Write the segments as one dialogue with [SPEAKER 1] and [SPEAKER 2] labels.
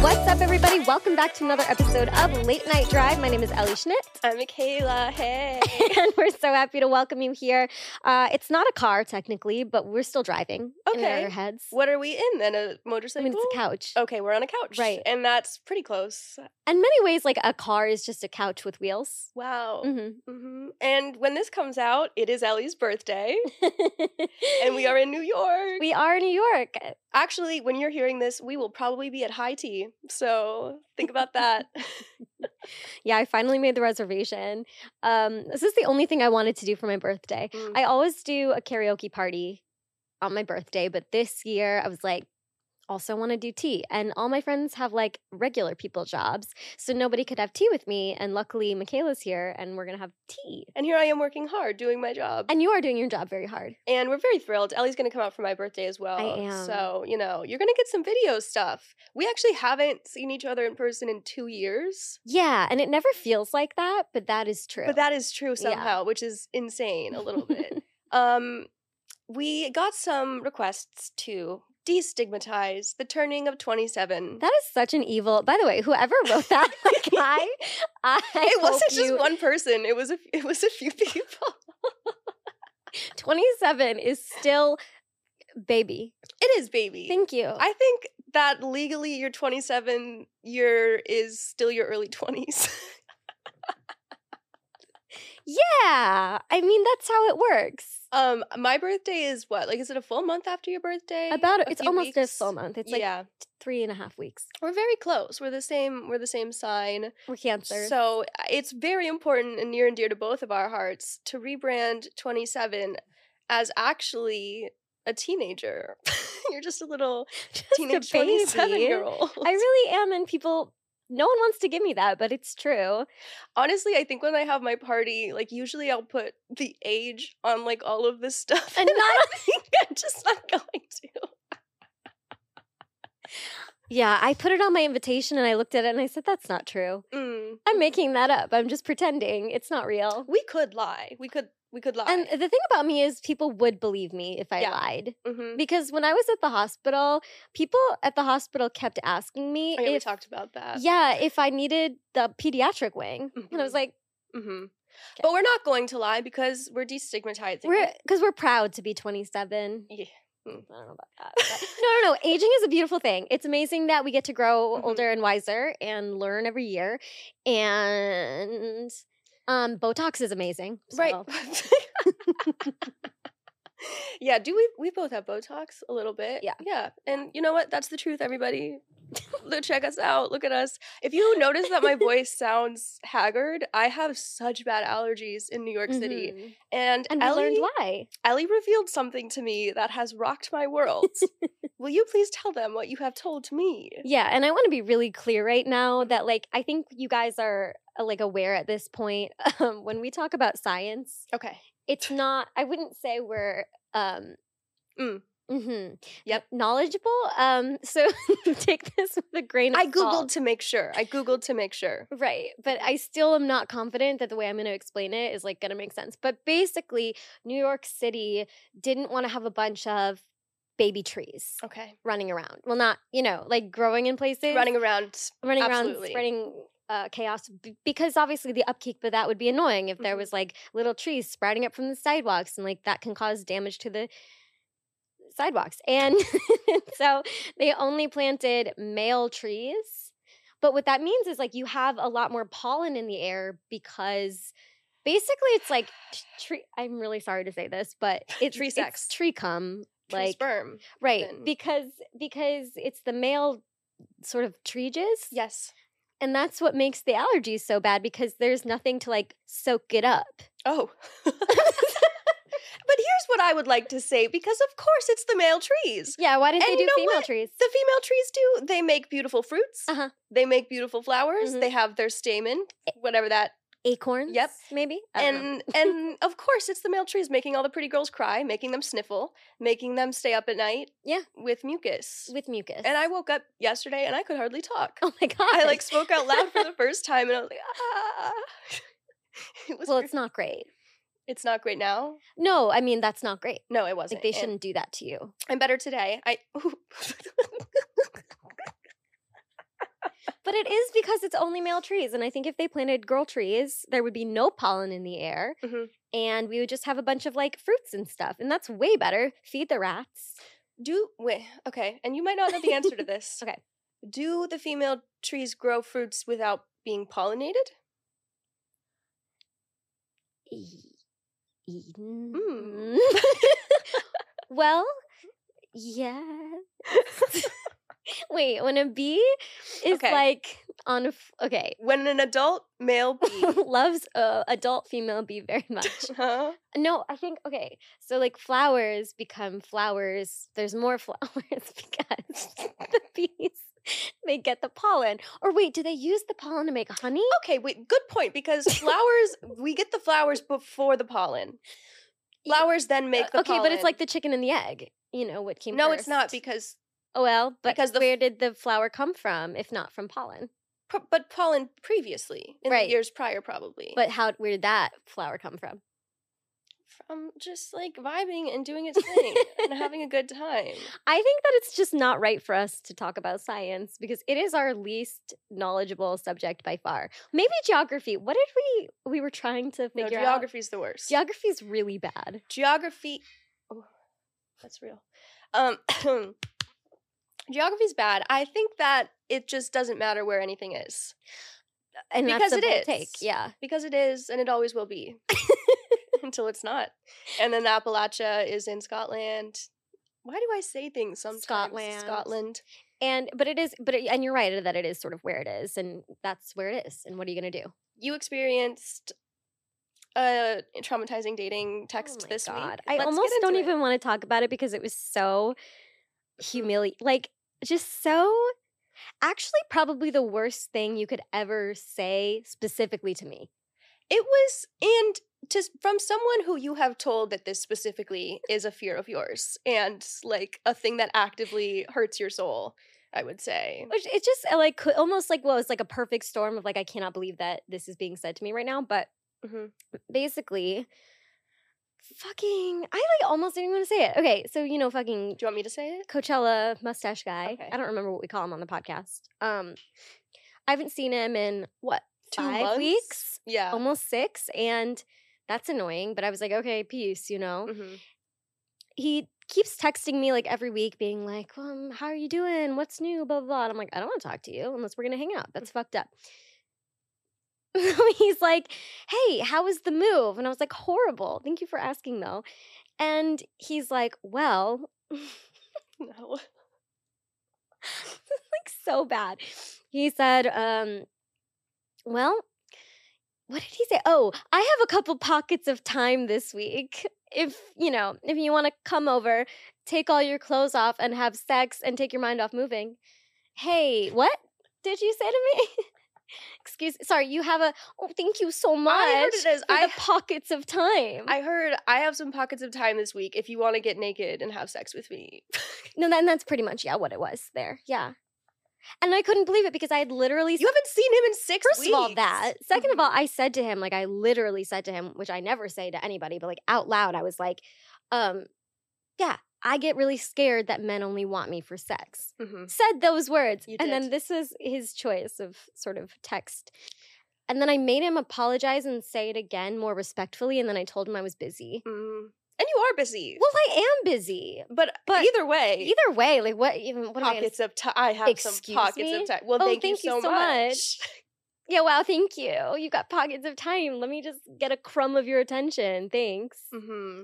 [SPEAKER 1] What's up, everybody? Welcome back to another episode of Late Night Drive. My name is Ellie Schnitt,
[SPEAKER 2] I'm Michaela. Hey.
[SPEAKER 1] and we're so happy to welcome you here. Uh, it's not a car, technically, but we're still driving in
[SPEAKER 2] Okay.
[SPEAKER 1] our heads.
[SPEAKER 2] what Oh. are we in then? A motorcycle?
[SPEAKER 1] I mean, it's a couch.
[SPEAKER 2] Okay, we're on a couch.
[SPEAKER 1] Right.
[SPEAKER 2] And that's pretty close.
[SPEAKER 1] In many ways, like a car is just a couch with wheels.
[SPEAKER 2] Wow.
[SPEAKER 1] Mhm.
[SPEAKER 2] hmm And when this comes out, it is Ellie's birthday, and we are in New York.
[SPEAKER 1] we are in New York.
[SPEAKER 2] Actually, when you're hearing this, we will probably be at high tea. So think about that.
[SPEAKER 1] Yeah, I finally made the reservation. Um, this is the only thing I wanted to do for my birthday.
[SPEAKER 2] Mm.
[SPEAKER 1] I always do a karaoke party on my birthday, but this year I was like, also want to do tea. And all my friends have like regular people jobs. So nobody could have tea with me. And luckily, Michaela's here and we're going to have tea.
[SPEAKER 2] and here I am working hard, doing my job.
[SPEAKER 1] And you are doing your job very hard.
[SPEAKER 2] and we're very thrilled. Ellie's going to come out for my birthday as well.
[SPEAKER 1] am.
[SPEAKER 2] So, you know, you're going to get some video stuff. We actually haven't seen each other in person in two years.
[SPEAKER 1] Yeah. And it never feels like that, but that is true.
[SPEAKER 2] But that is true
[SPEAKER 1] Yeah.
[SPEAKER 2] somehow, which is insane a little bit. um, we got some requests to destigmatize the turning of 27.
[SPEAKER 1] that is such an evil. By the way, whoever wrote that, like, I, I
[SPEAKER 2] it
[SPEAKER 1] hope
[SPEAKER 2] wasn't just
[SPEAKER 1] you-
[SPEAKER 2] one person. It was a it was a few people.
[SPEAKER 1] 27 is still baby.
[SPEAKER 2] It is baby.
[SPEAKER 1] Thank you.
[SPEAKER 2] I think that legally your 27 year is still your early 20s.
[SPEAKER 1] yeah. I mean, that's how it works.
[SPEAKER 2] um my birthday is what? Like is it a full month after your birthday?
[SPEAKER 1] About
[SPEAKER 2] A
[SPEAKER 1] it's
[SPEAKER 2] few
[SPEAKER 1] almost a
[SPEAKER 2] weeks?
[SPEAKER 1] full month. It's like
[SPEAKER 2] yeah.
[SPEAKER 1] three and a half weeks.
[SPEAKER 2] We're very close. We're the same we're the same sign.
[SPEAKER 1] We're cancer.
[SPEAKER 2] So uh, it's very important and near and dear to both of our hearts to rebrand 27 as actually a teenager. You're just a little
[SPEAKER 1] Just a
[SPEAKER 2] teenage
[SPEAKER 1] baby.
[SPEAKER 2] 27 year old.
[SPEAKER 1] I really am, and people. No one wants to give me that, but it's true.
[SPEAKER 2] Honestly, I think when I have my party, like usually I'll put the age on like all of this stuff.
[SPEAKER 1] And
[SPEAKER 2] I think I'm just not going to.
[SPEAKER 1] Yeah, I put it on my invitation and I looked at it and I said, that's not true.
[SPEAKER 2] Mm.
[SPEAKER 1] I'm making that up. I'm just pretending. It's not real.
[SPEAKER 2] We could lie. We could we could lie.
[SPEAKER 1] And the thing about me is, people would believe me if I
[SPEAKER 2] Yeah.
[SPEAKER 1] lied.
[SPEAKER 2] Mhm.
[SPEAKER 1] Because when I was at the hospital, people at the hospital kept asking me
[SPEAKER 2] Oh, yeah, we
[SPEAKER 1] if,
[SPEAKER 2] talked about that.
[SPEAKER 1] yeah, if I needed the pediatric wing. And I was
[SPEAKER 2] Mhm.
[SPEAKER 1] like,
[SPEAKER 2] hmm But we're not going to lie because we're destigmatizing.
[SPEAKER 1] we're
[SPEAKER 2] it.
[SPEAKER 1] because we're proud to be 27.
[SPEAKER 2] Yeah.
[SPEAKER 1] I don't know about that. but- no, no, no. Aging is a beautiful thing. It's amazing that we get to grow
[SPEAKER 2] Mhm.
[SPEAKER 1] older and wiser and learn every year. And um, Botox is amazing.
[SPEAKER 2] Right.
[SPEAKER 1] so-
[SPEAKER 2] yeah, do we we both have Botox a little bit?
[SPEAKER 1] Yeah.
[SPEAKER 2] Yeah. And you know what? That's the truth, everybody. Look, Check us out. Look at us. If you notice that my voice sounds haggard, I have such bad allergies in New York City.
[SPEAKER 1] Mhm.
[SPEAKER 2] And,
[SPEAKER 1] And we
[SPEAKER 2] Ellie,
[SPEAKER 1] learned why.
[SPEAKER 2] Ellie revealed something to me that has rocked my world. Will you please tell them what you have told to me?
[SPEAKER 1] Yeah, and I want to be really clear right now that like I think you guys are uh, like aware at this point um, when we talk about science,
[SPEAKER 2] Okay.
[SPEAKER 1] it's not. I wouldn't say we're. Um,
[SPEAKER 2] Mm.
[SPEAKER 1] mhm,
[SPEAKER 2] Yep.
[SPEAKER 1] knowledgeable. Um, so take this with a grain. Of
[SPEAKER 2] I
[SPEAKER 1] salt.
[SPEAKER 2] Googled to make sure. I Googled to make sure.
[SPEAKER 1] Right. But I still am not confident that the way I'm going to explain it is like going to make sense. But basically, New York City didn't want to have a bunch of baby trees
[SPEAKER 2] Okay.
[SPEAKER 1] running around. Well, not, you know, like growing in places,
[SPEAKER 2] Running around
[SPEAKER 1] running around,
[SPEAKER 2] absolutely.
[SPEAKER 1] spreading uh, chaos b- because obviously the upkeep of that would be annoying if there
[SPEAKER 2] Mhm.
[SPEAKER 1] was like little trees sprouting up from the sidewalks and like that can cause damage to the sidewalks. And so they only planted male trees. But what that means is like you have a lot more pollen in the air because basically it's like t- tree. I'm really sorry to say this, but it's
[SPEAKER 2] Tree
[SPEAKER 1] it's
[SPEAKER 2] sex.
[SPEAKER 1] tree cum,
[SPEAKER 2] tree
[SPEAKER 1] like
[SPEAKER 2] sperm.
[SPEAKER 1] right
[SPEAKER 2] then.
[SPEAKER 1] because because it's the male sort of tree jizz.
[SPEAKER 2] Yes.
[SPEAKER 1] And that's what makes the Oh. allergies so bad because there's nothing to like soak it up.
[SPEAKER 2] Oh. But here's what I would like to say because, of course, it's the male trees.
[SPEAKER 1] Yeah, why didn't
[SPEAKER 2] And
[SPEAKER 1] they
[SPEAKER 2] you
[SPEAKER 1] do
[SPEAKER 2] know
[SPEAKER 1] female
[SPEAKER 2] what?
[SPEAKER 1] trees?
[SPEAKER 2] The female trees do. They make beautiful fruits.
[SPEAKER 1] Uh-huh.
[SPEAKER 2] They make beautiful flowers.
[SPEAKER 1] Mhm.
[SPEAKER 2] They have their stamen, whatever that.
[SPEAKER 1] Acorns?
[SPEAKER 2] Yep.
[SPEAKER 1] Maybe? I don't know.
[SPEAKER 2] And and of course, it's the male trees making all the pretty girls cry, making them sniffle, making them stay up at night.
[SPEAKER 1] Yeah.
[SPEAKER 2] with mucus.
[SPEAKER 1] with mucus.
[SPEAKER 2] and I woke up yesterday and I could hardly talk.
[SPEAKER 1] Oh my god.
[SPEAKER 2] I like spoke out loud for the first time, and I was like, ah. it was.
[SPEAKER 1] Well,
[SPEAKER 2] weird.
[SPEAKER 1] it's not great.
[SPEAKER 2] It's not great now.
[SPEAKER 1] No, I mean that's not great.
[SPEAKER 2] No, it wasn't.
[SPEAKER 1] Like they
[SPEAKER 2] And
[SPEAKER 1] shouldn't do that to you.
[SPEAKER 2] I'm better today. I.
[SPEAKER 1] But it is because it's only male trees. And I think if they planted girl trees, there would be no pollen in the air.
[SPEAKER 2] Mhm.
[SPEAKER 1] And we would just have a bunch of like fruits and stuff. And that's way better. Feed the rats.
[SPEAKER 2] Do wait, okay, and you might not know the answer to this.
[SPEAKER 1] Okay.
[SPEAKER 2] Do the female trees grow fruits without being pollinated?
[SPEAKER 1] E-
[SPEAKER 2] Mm.
[SPEAKER 1] Mm. well, yeah. Wait, when a bee is
[SPEAKER 2] Okay.
[SPEAKER 1] like on a f- okay,
[SPEAKER 2] When an adult male bee
[SPEAKER 1] loves uh, adult female bee very much.
[SPEAKER 2] huh?
[SPEAKER 1] No, I think okay. So like flowers become flowers. There's more flowers because the bees they get the pollen. Or wait, do they use the pollen to make honey?
[SPEAKER 2] Okay, wait, good point because flowers we get the flowers before the pollen. Flowers then make the
[SPEAKER 1] Uh, okay, but it's
[SPEAKER 2] pollen.
[SPEAKER 1] like the chicken and the egg. You know what came?
[SPEAKER 2] No, it's not
[SPEAKER 1] first.
[SPEAKER 2] because
[SPEAKER 1] oh well, but
[SPEAKER 2] because the f-
[SPEAKER 1] where did the flower come from if not from pollen?
[SPEAKER 2] p- but pollen previously in
[SPEAKER 1] Right.
[SPEAKER 2] the years prior probably.
[SPEAKER 1] But how where did that flower come from?
[SPEAKER 2] from just like vibing and doing its thing and having a good time.
[SPEAKER 1] I think that it's just not right for us to talk about science because it is our least knowledgeable subject by far. Maybe geography. What did we we were trying to
[SPEAKER 2] No,
[SPEAKER 1] figure out?
[SPEAKER 2] geography's the worst.
[SPEAKER 1] Geography is really bad.
[SPEAKER 2] geography oh, that's real um geography's bad i think that it just doesn't matter where anything is
[SPEAKER 1] And
[SPEAKER 2] Because
[SPEAKER 1] that's a
[SPEAKER 2] it
[SPEAKER 1] bold
[SPEAKER 2] is.
[SPEAKER 1] take. Yeah.
[SPEAKER 2] because it is and it always will be until it's not and then appalachia is in scotland why do i say things sometimes
[SPEAKER 1] Scotland.
[SPEAKER 2] scotland
[SPEAKER 1] And but it is but it, and you're right that it is sort of where it is and that's where it is. And what are you going to do?
[SPEAKER 2] you experienced a traumatizing dating
[SPEAKER 1] Oh
[SPEAKER 2] text
[SPEAKER 1] my
[SPEAKER 2] this week
[SPEAKER 1] I
[SPEAKER 2] Let's get
[SPEAKER 1] almost
[SPEAKER 2] into
[SPEAKER 1] don't
[SPEAKER 2] it. Mm-hmm.
[SPEAKER 1] even want to talk about it because it was so humili like just so actually probably the worst thing you could ever say specifically to me.
[SPEAKER 2] It was, and to s- from someone who you have told that this specifically is a fear of yours and like a thing that actively hurts your soul, I would say.
[SPEAKER 1] Which it just uh, like cou- almost like well, it's like a perfect storm of like I cannot believe that this is being said to me right now. But
[SPEAKER 2] Mhm.
[SPEAKER 1] basically, fucking, I like almost didn't want to say it. Okay, so you know, fucking
[SPEAKER 2] Do you want me to say it?
[SPEAKER 1] Coachella mustache guy.
[SPEAKER 2] Okay.
[SPEAKER 1] I don't remember what we call him on the podcast. Um, I haven't seen him in what five
[SPEAKER 2] months? Oh.
[SPEAKER 1] weeks, Oh
[SPEAKER 2] Yeah.
[SPEAKER 1] almost six, and that's annoying. But I was like, okay, peace, you know
[SPEAKER 2] Mhm.
[SPEAKER 1] he keeps texting me like every week, being like, um, how are you doing? What's new? Blah, blah, blah. And I'm like, I don't want to talk to you unless we're going to hang out. That's fucked up. He's like, hey, how was the move? And I was like, horrible. Thank you for asking, though. And he's like, well,
[SPEAKER 2] No.
[SPEAKER 1] like so bad. He said, um, well, what did he say? Oh, I have a couple pockets of time this week. If, you know, if you want to come over, take all your clothes off and have sex and take your mind off moving. Hey, what did you say to me? Excuse sorry, you have a oh thank you so much.
[SPEAKER 2] I heard it as
[SPEAKER 1] for
[SPEAKER 2] I,
[SPEAKER 1] the pockets of time.
[SPEAKER 2] I heard I have some pockets of time this week if you want to get naked and have sex with me.
[SPEAKER 1] no, then that's pretty much yeah what it was there. Yeah. And I couldn't believe it because I had literally
[SPEAKER 2] You haven't seen him in six
[SPEAKER 1] First of all,
[SPEAKER 2] weeks. Mm-hmm.
[SPEAKER 1] that. 2nd of all, I said to him, like I literally said to him, which I never say to anybody, but like out loud, I was like, um, yeah, I get really scared that men only want me for sex.
[SPEAKER 2] Mhm.
[SPEAKER 1] Said those words.
[SPEAKER 2] You
[SPEAKER 1] and then
[SPEAKER 2] did.
[SPEAKER 1] this was his choice of sort of text. And then I made him apologize and say it again more respectfully. And then I told him I was busy.
[SPEAKER 2] Mm. And you are busy.
[SPEAKER 1] Well, I am busy.
[SPEAKER 2] but,
[SPEAKER 1] but
[SPEAKER 2] either way,
[SPEAKER 1] Either way, like what even what am I gonna
[SPEAKER 2] pockets of time. I have some
[SPEAKER 1] Excuse
[SPEAKER 2] pockets
[SPEAKER 1] me?
[SPEAKER 2] of time. Well,
[SPEAKER 1] Oh,
[SPEAKER 2] thank,
[SPEAKER 1] thank you
[SPEAKER 2] you so,
[SPEAKER 1] so
[SPEAKER 2] much.
[SPEAKER 1] Yeah, wow, thank you. You've got pockets of time. Let me just get a crumb of your attention. Thanks.
[SPEAKER 2] hmm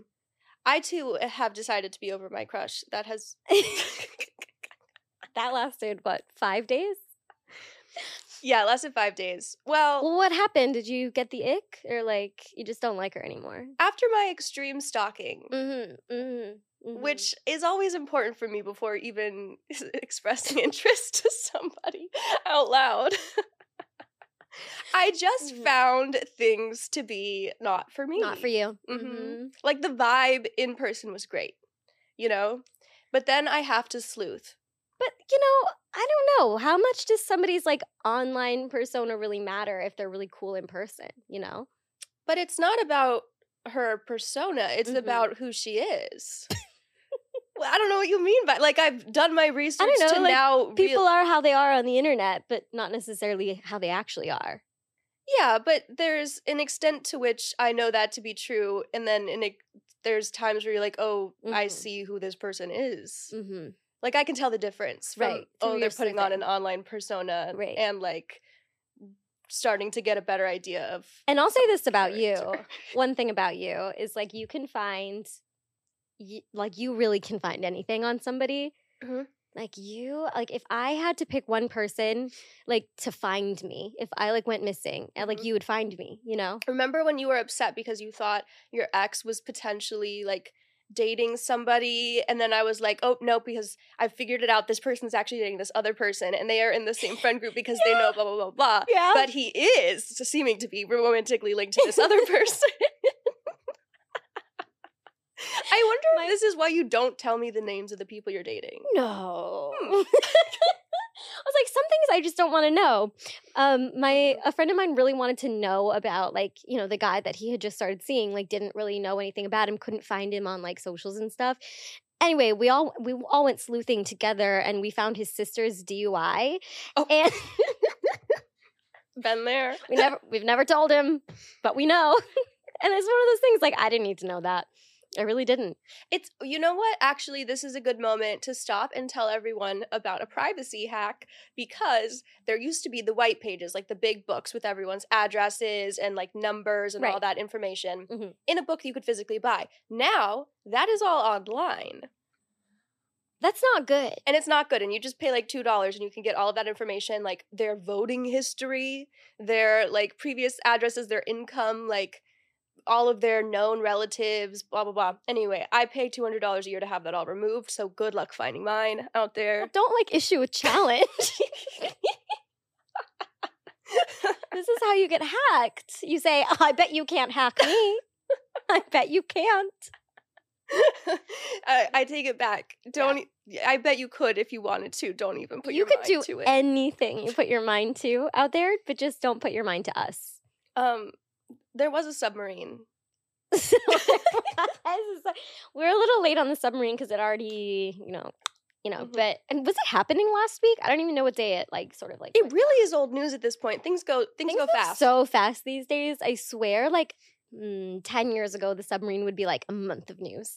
[SPEAKER 2] I too eh, have decided to be over my crush. That has
[SPEAKER 1] that lasted, what, five days?
[SPEAKER 2] Yeah, it lasted five days. Well,
[SPEAKER 1] Well, what happened? Did you get the ick, or like you just don't like her anymore?
[SPEAKER 2] after my extreme stalking,
[SPEAKER 1] Mm-hmm, mm-hmm,
[SPEAKER 2] which is always important for me before even expressing interest to somebody out loud. I just
[SPEAKER 1] Mhm.
[SPEAKER 2] found things to be not for me.
[SPEAKER 1] mm-hmm. not for you. mm-hmm.
[SPEAKER 2] Mhm. Like the vibe in person was great, you know? But then I have to sleuth.
[SPEAKER 1] But you know, I don't know how much does somebody's like online persona really matter if they're really cool in person. You know,
[SPEAKER 2] But it's not about her persona, it's
[SPEAKER 1] Mhm.
[SPEAKER 2] about who she is. well, I don't know what you mean by like I've done my research
[SPEAKER 1] know,
[SPEAKER 2] to
[SPEAKER 1] like,
[SPEAKER 2] now
[SPEAKER 1] people are how they are on the internet, but not necessarily how they actually are.
[SPEAKER 2] Yeah, but there's an extent to which I know that to be true, and then in ex- there's times where you're like, "Oh, I
[SPEAKER 1] Mhm.
[SPEAKER 2] see who this person is."
[SPEAKER 1] Mm-hmm.
[SPEAKER 2] Like I can tell the difference. From,
[SPEAKER 1] Right, through
[SPEAKER 2] Oh,
[SPEAKER 1] your
[SPEAKER 2] they're putting on an
[SPEAKER 1] survey.
[SPEAKER 2] online persona,
[SPEAKER 1] Right.
[SPEAKER 2] and like starting to get a better idea of.
[SPEAKER 1] And I'll say this about you.
[SPEAKER 2] character.
[SPEAKER 1] One thing about you is like you can find, y- like you really can find anything on somebody.
[SPEAKER 2] Mhm.
[SPEAKER 1] Like you, like if I had to pick one person, like to find me, if I like went missing, and like
[SPEAKER 2] Mhm.
[SPEAKER 1] you would find me, you know?
[SPEAKER 2] Remember when you were upset because you thought your ex was potentially like dating somebody and then I was like, "Oh, no, because I figured it out. This person's actually dating this other person and they are in the same friend group because they know blah blah blah blah."
[SPEAKER 1] Yeah.
[SPEAKER 2] but he is seeming to be romantically linked to this other person. I wonder
[SPEAKER 1] My-
[SPEAKER 2] if this is why you don't tell me the names of the people you're dating.
[SPEAKER 1] No.
[SPEAKER 2] Hmm.
[SPEAKER 1] I was like, some things I just don't want to know. Um, my a friend of mine really wanted to know about like, you know, the guy that he had just started seeing, like didn't really know anything about him, couldn't find him on like socials and stuff. Anyway, we all we all went sleuthing together and we found his sister's DUI.
[SPEAKER 2] Oh.
[SPEAKER 1] And
[SPEAKER 2] Been there.
[SPEAKER 1] we never we've never told him, but we know. and it's one of those things like I didn't need to know that. I really didn't.
[SPEAKER 2] It's you know what? Actually, this is a good moment to stop and tell everyone about a privacy hack because there used to be the white pages, like the big books with everyone's addresses and like numbers and all
[SPEAKER 1] Right.
[SPEAKER 2] that information
[SPEAKER 1] Mhm.
[SPEAKER 2] in a book that you could physically buy. Now, that is all online.
[SPEAKER 1] That's not good.
[SPEAKER 2] and it's not good and you just pay like two dollars and you can get all of that information like their voting history their like previous addresses their income like all of their known relatives blah blah blah anyway i pay $200 a year to have that all removed so good luck finding mine out there
[SPEAKER 1] Don't like issue a challenge. this is how you get hacked. You say, I bet you can't hack me. I bet you can't.
[SPEAKER 2] I, I take it back don't e, i bet you could if you wanted to don't even put
[SPEAKER 1] you
[SPEAKER 2] your
[SPEAKER 1] could
[SPEAKER 2] mind
[SPEAKER 1] do
[SPEAKER 2] to it
[SPEAKER 1] anything you put your mind to out there, but just don't put your mind to us.
[SPEAKER 2] um there was a submarine
[SPEAKER 1] So- We're a little late on the submarine because it already, you know, you know,
[SPEAKER 2] Mhm.
[SPEAKER 1] but and was it happening last week? I don't even know what day it like sort of like
[SPEAKER 2] it really is old news at this point things go uh things, go
[SPEAKER 1] Things are
[SPEAKER 2] fast
[SPEAKER 1] So fast these days. I swear, like mm, 10 years ago, the submarine would be like a month of news.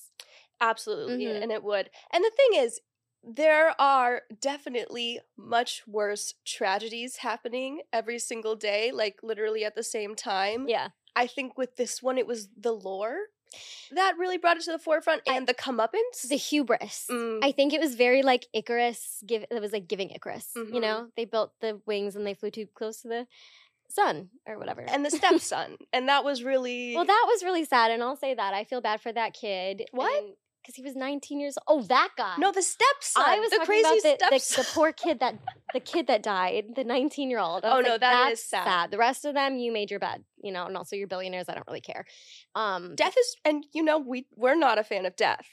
[SPEAKER 2] Absolutely,
[SPEAKER 1] Mhm.
[SPEAKER 2] and it would. And the thing is, there are definitely much worse tragedies happening every single day, like literally at the same time.
[SPEAKER 1] Yeah.
[SPEAKER 2] I think with this one, it was the lore that really brought it to the forefront
[SPEAKER 1] I-
[SPEAKER 2] and the comeuppance.
[SPEAKER 1] the hubris.
[SPEAKER 2] Mm.
[SPEAKER 1] I think it was very like Icarus. Give it was like giving Icarus. You
[SPEAKER 2] Mhm.
[SPEAKER 1] know, they built the wings and they flew too close to the sun or whatever.
[SPEAKER 2] and the stepson, and that was really
[SPEAKER 1] well, that was really sad, and I'll say that I feel bad for that kid.
[SPEAKER 2] What?
[SPEAKER 1] Because he was 19 years old. Oh, that guy.
[SPEAKER 2] no the stepson.
[SPEAKER 1] I was
[SPEAKER 2] the
[SPEAKER 1] talking
[SPEAKER 2] crazy
[SPEAKER 1] about the, the,
[SPEAKER 2] stepson.
[SPEAKER 1] the poor kid that the kid that died, the 19 year old. I
[SPEAKER 2] Oh,
[SPEAKER 1] was
[SPEAKER 2] no,
[SPEAKER 1] like,
[SPEAKER 2] that
[SPEAKER 1] "That's
[SPEAKER 2] is sad."
[SPEAKER 1] The rest of them, you made your bed, you know, and also you're billionaires. I don't really care. Um,
[SPEAKER 2] death is, and you know we we're not a fan of death.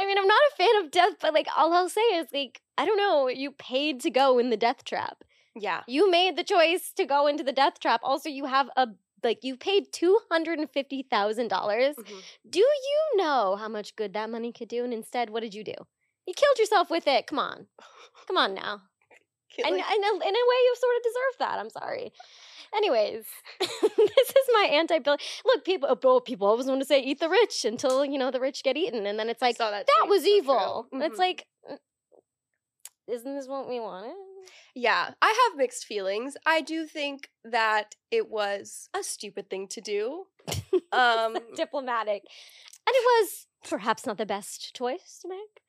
[SPEAKER 1] I mean, I'm not a fan of death, but like all I'll say is like I don't know. You paid to go in the death trap.
[SPEAKER 2] Yeah,
[SPEAKER 1] You made the choice to go into the death trap. Also, you have a like you paid two hundred and fifty thousand dollars.
[SPEAKER 2] Mhm.
[SPEAKER 1] Do you know how much good that money could do? And instead, what did you do? You killed yourself with it. Come on, come on now. And,
[SPEAKER 2] Like,
[SPEAKER 1] and in a way, you sort of deserve that. I'm sorry. Anyways, this is my anti-bill. Look, people, oh, people always want to say eat the rich until you know the rich get eaten, and then it's like
[SPEAKER 2] saw that
[SPEAKER 1] that
[SPEAKER 2] tweet,
[SPEAKER 1] was
[SPEAKER 2] so true.
[SPEAKER 1] evil.
[SPEAKER 2] Mhm.
[SPEAKER 1] It's like, n- isn't this what we wanted?
[SPEAKER 2] Yeah, I have mixed feelings. I do think that it was a stupid thing to do. Um,
[SPEAKER 1] Diplomatic. And it was perhaps not the best choice to make.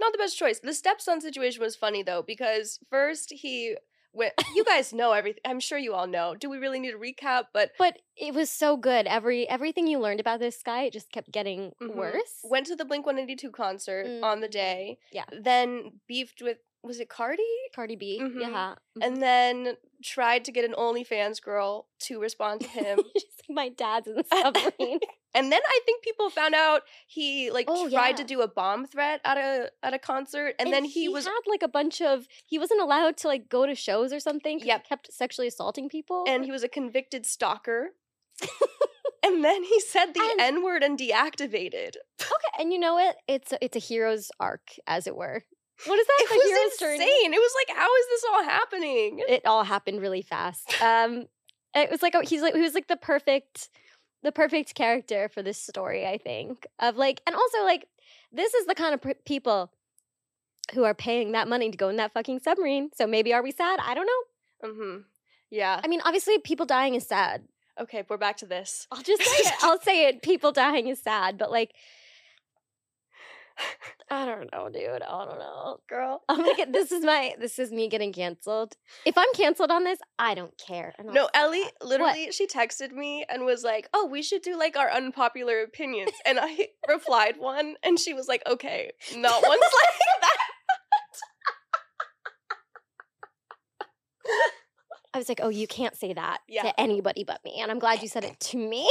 [SPEAKER 2] Not the best choice. The stepson situation was funny though because first he went. You guys know everything. I'm sure you all know. Do we really need a recap? But
[SPEAKER 1] But it was so good. Every everything you learned about this guy, it just kept getting
[SPEAKER 2] Mhm.
[SPEAKER 1] worse.
[SPEAKER 2] went to the Blink 182 concert on the
[SPEAKER 1] Mm.
[SPEAKER 2] day.
[SPEAKER 1] Yeah.
[SPEAKER 2] Then beefed with was it Cardi?
[SPEAKER 1] Cardi B,
[SPEAKER 2] Mhm.
[SPEAKER 1] yeah,
[SPEAKER 2] And then tried to get an OnlyFans girl to respond to him.
[SPEAKER 1] Just like, my dad's in suffering.
[SPEAKER 2] And then I think people found out he like
[SPEAKER 1] Oh,
[SPEAKER 2] tried to
[SPEAKER 1] yeah.
[SPEAKER 2] do a bomb threat at a at a concert, and, then he, was
[SPEAKER 1] had like a bunch of he wasn't allowed to like go to shows or something. 'cause
[SPEAKER 2] Yep.
[SPEAKER 1] he kept sexually assaulting people.
[SPEAKER 2] and he was a convicted stalker. and then he said the
[SPEAKER 1] And-
[SPEAKER 2] N word and deactivated.
[SPEAKER 1] Okay, and you know what? It's a, it's a hero's arc, as it were. What is that?
[SPEAKER 2] It
[SPEAKER 1] The hero's
[SPEAKER 2] was
[SPEAKER 1] journey?
[SPEAKER 2] insane. It was like, how is this all happening?
[SPEAKER 1] It all happened really fast. Um, it was like a, he's like he was like the perfect, the perfect character for this story. I think of like, and also like, this is the kind of pr- people who are paying that money to go in that fucking submarine. So maybe are we sad? I don't know.
[SPEAKER 2] hmm Yeah.
[SPEAKER 1] I mean, obviously, people dying is sad.
[SPEAKER 2] Okay, we're back to this.
[SPEAKER 1] I'll just say it. I'll say it. People dying is sad, but like, I don't know, dude. I don't know, girl. I'm gonna get this is my this is me getting canceled. If I'm canceled on this, I don't care. and I'll
[SPEAKER 2] No,
[SPEAKER 1] say
[SPEAKER 2] Ellie
[SPEAKER 1] that.
[SPEAKER 2] literally she texted me and was like, "Oh, we should do like our unpopular opinions." And I replied one and she was like, "Okay, not one's like that."
[SPEAKER 1] I was like, oh, you can't say that
[SPEAKER 2] Yeah.
[SPEAKER 1] to anybody but me, and I'm glad you said it to me.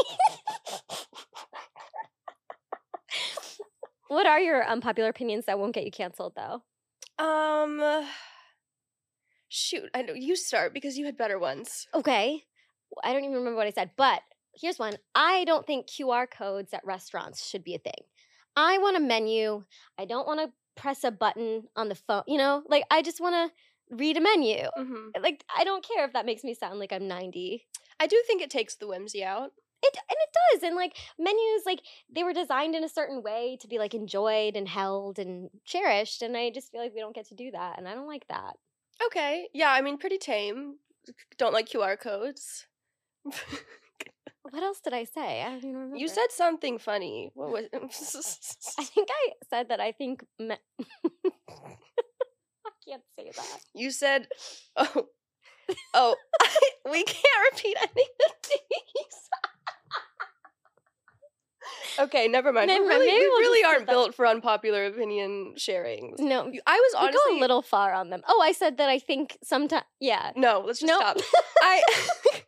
[SPEAKER 1] what are your unpopular opinions that won't get you canceled though?
[SPEAKER 2] Um, shoot, I know you start because you had better ones.
[SPEAKER 1] Okay. W- I don't even remember what I said, but here's one. I don't think QR codes at restaurants should be a thing. I want a menu. I don't want to press a button on the phone, you know? Like I just want to read a menu.
[SPEAKER 2] Mhm.
[SPEAKER 1] Like I don't care if that makes me sound like I'm 90.
[SPEAKER 2] I do think it takes the whimsy out.
[SPEAKER 1] It and it does. And like menus like they were designed in a certain way to be like enjoyed and held and cherished and I just feel like we don't get to do that and I don't like that.
[SPEAKER 2] Okay, yeah, I mean, pretty tame. Don't like QR codes.
[SPEAKER 1] What else did I say? I don't even remember.
[SPEAKER 2] you said something funny. What was?
[SPEAKER 1] I think I said that I think me- I can't say that.
[SPEAKER 2] you said, oh, oh, we can't repeat any of these. okay, never mind.
[SPEAKER 1] Never
[SPEAKER 2] we
[SPEAKER 1] mind,
[SPEAKER 2] really,
[SPEAKER 1] maybe
[SPEAKER 2] we
[SPEAKER 1] we'll
[SPEAKER 2] really
[SPEAKER 1] just
[SPEAKER 2] aren't
[SPEAKER 1] leave that.
[SPEAKER 2] built for unpopular opinion sharings.
[SPEAKER 1] No,
[SPEAKER 2] You- I was honestly
[SPEAKER 1] we go a little far on them. Oh, I said that I think sometimes. Yeah.
[SPEAKER 2] No, let's just
[SPEAKER 1] No.
[SPEAKER 2] stop. I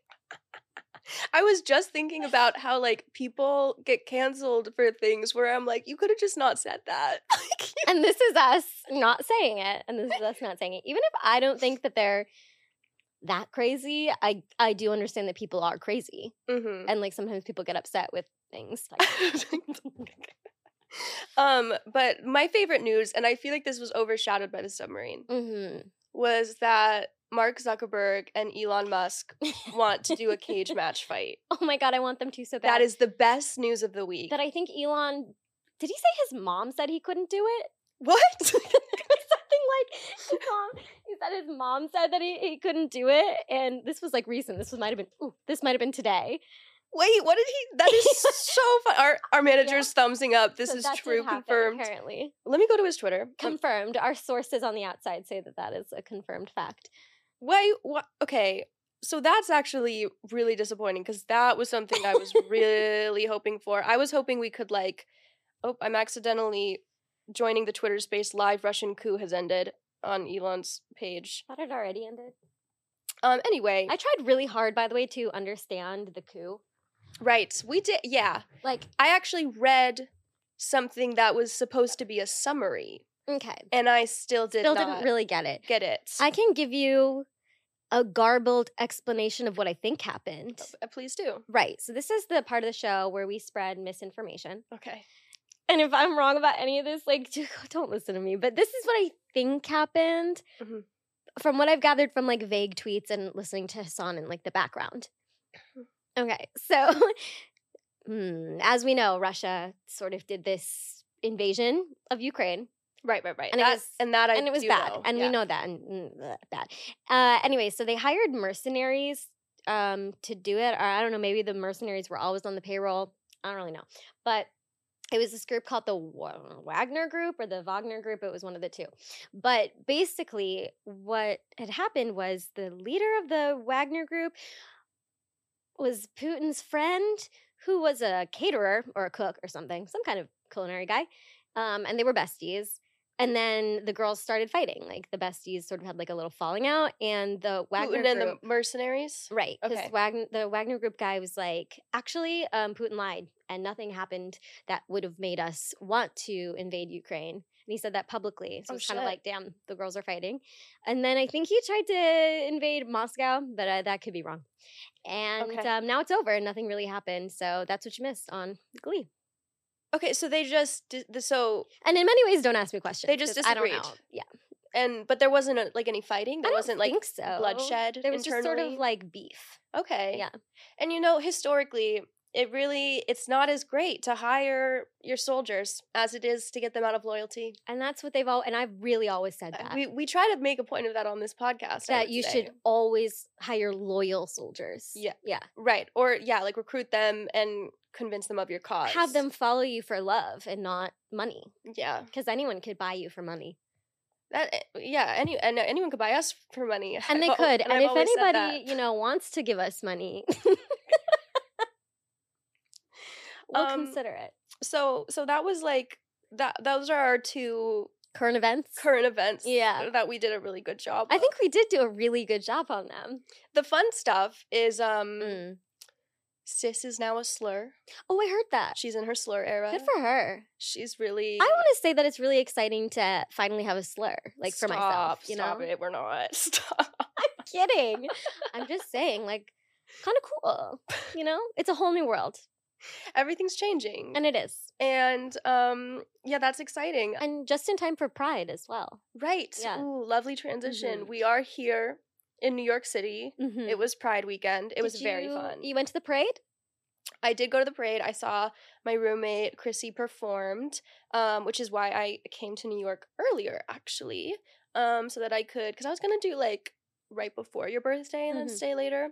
[SPEAKER 2] I was just thinking about how like people get canceled for things where I'm like, you could have just not said that. Like, you-
[SPEAKER 1] And this is us not saying it, and this is us not saying it. Even if I don't think that they're that crazy, I I do understand that people are crazy,
[SPEAKER 2] Mhm.
[SPEAKER 1] and like sometimes people get upset with things. Like
[SPEAKER 2] um, but my favorite news, and I feel like this was overshadowed by the submarine,
[SPEAKER 1] Mhm.
[SPEAKER 2] was that Mark Zuckerberg and Elon Musk want to do a cage match fight.
[SPEAKER 1] Oh my god, I want them to so bad.
[SPEAKER 2] That is the best news of the week.
[SPEAKER 1] that. I think Elon. Did he say his mom said he couldn't do it?
[SPEAKER 2] what?
[SPEAKER 1] something like his mom he said his mom said that he, he couldn't do it and this was like recent this was might have been ooh, this might have been today
[SPEAKER 2] Wait, what did he? That is so fun. Our our manager's thumbsing up. This
[SPEAKER 1] So
[SPEAKER 2] is
[SPEAKER 1] that did
[SPEAKER 2] true,
[SPEAKER 1] happen,
[SPEAKER 2] confirmed.
[SPEAKER 1] apparently
[SPEAKER 2] Let me go to his Twitter. Um,
[SPEAKER 1] confirmed our sources on the outside say that that is a confirmed fact
[SPEAKER 2] Wait, what? Okay, so that's actually really disappointing because that was something I was really hoping for. I was hoping we could like, oh, I'm accidentally joining the Twitter space. Live Russian coup has ended on Elon's page.
[SPEAKER 1] thought it already ended
[SPEAKER 2] Um. Anyway,
[SPEAKER 1] i tried really hard by the way to understand the coup
[SPEAKER 2] right. We did. Yeah,
[SPEAKER 1] like
[SPEAKER 2] I actually read something that was supposed to be a summary,
[SPEAKER 1] okay
[SPEAKER 2] and I still did
[SPEAKER 1] still
[SPEAKER 2] not
[SPEAKER 1] didn't really get it
[SPEAKER 2] get it.
[SPEAKER 1] i can give you a garbled explanation of what i think happened
[SPEAKER 2] Uh, Please do.
[SPEAKER 1] right so this is the part of the show where we spread misinformation
[SPEAKER 2] Okay.
[SPEAKER 1] and if I'm wrong about any of this, like don't listen to me. But this is what I think happened
[SPEAKER 2] Mhm.
[SPEAKER 1] from what I've gathered from like vague tweets and listening to Hassan in like the background. Okay, so hmm, as we know, Russia sort of did this invasion of Ukraine,
[SPEAKER 2] Right, right, right.
[SPEAKER 1] And it
[SPEAKER 2] that,
[SPEAKER 1] was-
[SPEAKER 2] and that I
[SPEAKER 1] and it was
[SPEAKER 2] do
[SPEAKER 1] bad,
[SPEAKER 2] know.
[SPEAKER 1] and
[SPEAKER 2] Yeah.
[SPEAKER 1] we know that and mm, bleh, bad. Uh, anyway, so they hired mercenaries um, to do it, or I don't know, maybe the mercenaries were always on the payroll. I don't really know, but it was this group called the Wa- Wagner Group or the Wagner Group. It was one of the two. But basically, what had happened was the leader of the Wagner Group was Putin's friend, who was a caterer or a cook or something, some kind of culinary guy. Um, and they were besties. And then the girls started fighting. Like the besties sort of had like a little falling out, and the Wagner
[SPEAKER 2] Putin and
[SPEAKER 1] Group.
[SPEAKER 2] the mercenaries.
[SPEAKER 1] Right, because
[SPEAKER 2] Okay.
[SPEAKER 1] Wagner, the Wagner Group guy was like, actually, um, Putin lied, and nothing happened that would have made us want to invade Ukraine. And he said that publicly, so
[SPEAKER 2] Oh,
[SPEAKER 1] it's kind of
[SPEAKER 2] shit.
[SPEAKER 1] like, damn, the girls are fighting. And then I think he tried to invade Moscow, but uh, that could be wrong. And
[SPEAKER 2] Okay.
[SPEAKER 1] um, now it's over, and nothing really happened. So that's what you missed on Glee.
[SPEAKER 2] Okay, so they just di- the- so
[SPEAKER 1] And in many ways, don't ask me questions.
[SPEAKER 2] They just
[SPEAKER 1] 'cause I don't
[SPEAKER 2] disagreed.
[SPEAKER 1] know. Yeah,
[SPEAKER 2] and but there wasn't a, like any fighting.
[SPEAKER 1] I
[SPEAKER 2] There
[SPEAKER 1] don't
[SPEAKER 2] wasn't like
[SPEAKER 1] think so.
[SPEAKER 2] bloodshed
[SPEAKER 1] There was just sort of
[SPEAKER 2] internally?
[SPEAKER 1] like beef.
[SPEAKER 2] okay,
[SPEAKER 1] Yeah.
[SPEAKER 2] And you know, historically, it really it's not as great to hire your soldiers as it is to get them out of loyalty.
[SPEAKER 1] And that's what they've all, and I've really always said
[SPEAKER 2] Uh,
[SPEAKER 1] that.
[SPEAKER 2] We we try to make a point of that on this podcast. I
[SPEAKER 1] that
[SPEAKER 2] would
[SPEAKER 1] you
[SPEAKER 2] say.
[SPEAKER 1] should always hire loyal soldiers.
[SPEAKER 2] Yeah.
[SPEAKER 1] Yeah.
[SPEAKER 2] right or yeah, like recruit them and convince them of your cause.
[SPEAKER 1] Have them follow you for love and not money
[SPEAKER 2] yeah.
[SPEAKER 1] because anyone could buy you for money.
[SPEAKER 2] That eh, yeah, any and uh, anyone could buy us for money,
[SPEAKER 1] And they
[SPEAKER 2] I've al-
[SPEAKER 1] could. And,
[SPEAKER 2] Oh, I've
[SPEAKER 1] if
[SPEAKER 2] always said that.
[SPEAKER 1] anybody, you know, wants to give us money, we'll
[SPEAKER 2] Um,
[SPEAKER 1] consider it.
[SPEAKER 2] so so that was like that. Those are our two
[SPEAKER 1] Current events.
[SPEAKER 2] current events.
[SPEAKER 1] Yeah.
[SPEAKER 2] that we did a really good job.
[SPEAKER 1] I
[SPEAKER 2] of.
[SPEAKER 1] think we did do a really good job on them.
[SPEAKER 2] the fun stuff is um,
[SPEAKER 1] Mm.
[SPEAKER 2] cis is now a slur.
[SPEAKER 1] Oh, I heard that.
[SPEAKER 2] She's in her slur era.
[SPEAKER 1] Good for her.
[SPEAKER 2] She's really.
[SPEAKER 1] I want to say that it's really exciting to finally have a slur, like for myself.
[SPEAKER 2] Stop,
[SPEAKER 1] You
[SPEAKER 2] stop
[SPEAKER 1] know,
[SPEAKER 2] it. We're not. Stop.
[SPEAKER 1] kidding. I'm just saying, like, kind of cool. You know, it's a whole new world,
[SPEAKER 2] Everything's changing,
[SPEAKER 1] and
[SPEAKER 2] and,
[SPEAKER 1] it is,
[SPEAKER 2] um, yeah, that's exciting.
[SPEAKER 1] and just in time for Pride as well.
[SPEAKER 2] right.
[SPEAKER 1] yeah.
[SPEAKER 2] Ooh, lovely transition. We are here in New York City.
[SPEAKER 1] Mm-hmm.
[SPEAKER 2] It was Pride weekend. It was very fun.
[SPEAKER 1] You went to the parade.
[SPEAKER 2] I did go to the parade. I saw my roommate Chrissy performed, um, which is why I came to New York earlier, actually, um, so that I could, because I was gonna do like right before your birthday and
[SPEAKER 1] Mhm.
[SPEAKER 2] then stay later.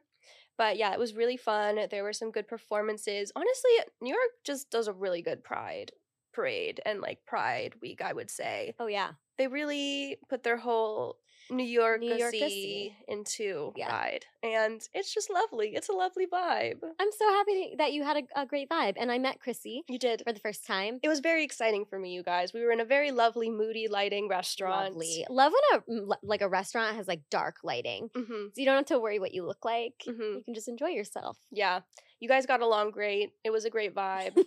[SPEAKER 2] But yeah, it was really fun. There were some good performances. Honestly, New York just does a really good Pride parade and like Pride week. I would say
[SPEAKER 1] Oh yeah,
[SPEAKER 2] they really put their whole New York
[SPEAKER 1] New York-a-cy.
[SPEAKER 2] into
[SPEAKER 1] Yeah.
[SPEAKER 2] Pride, and it's just lovely. It's a lovely vibe.
[SPEAKER 1] I'm so happy that you had a, a great vibe, and I met Chrissy
[SPEAKER 2] You did
[SPEAKER 1] for the first time.
[SPEAKER 2] it was very exciting for me, you guys. We were in a very lovely, moody lighting restaurant.
[SPEAKER 1] Lovely. Love when a mm, li- like a restaurant has like dark lighting,
[SPEAKER 2] hmm
[SPEAKER 1] so you don't have to worry what you look like.
[SPEAKER 2] hmm
[SPEAKER 1] You can just enjoy yourself.
[SPEAKER 2] Yeah. You guys got along great. It was a great vibe.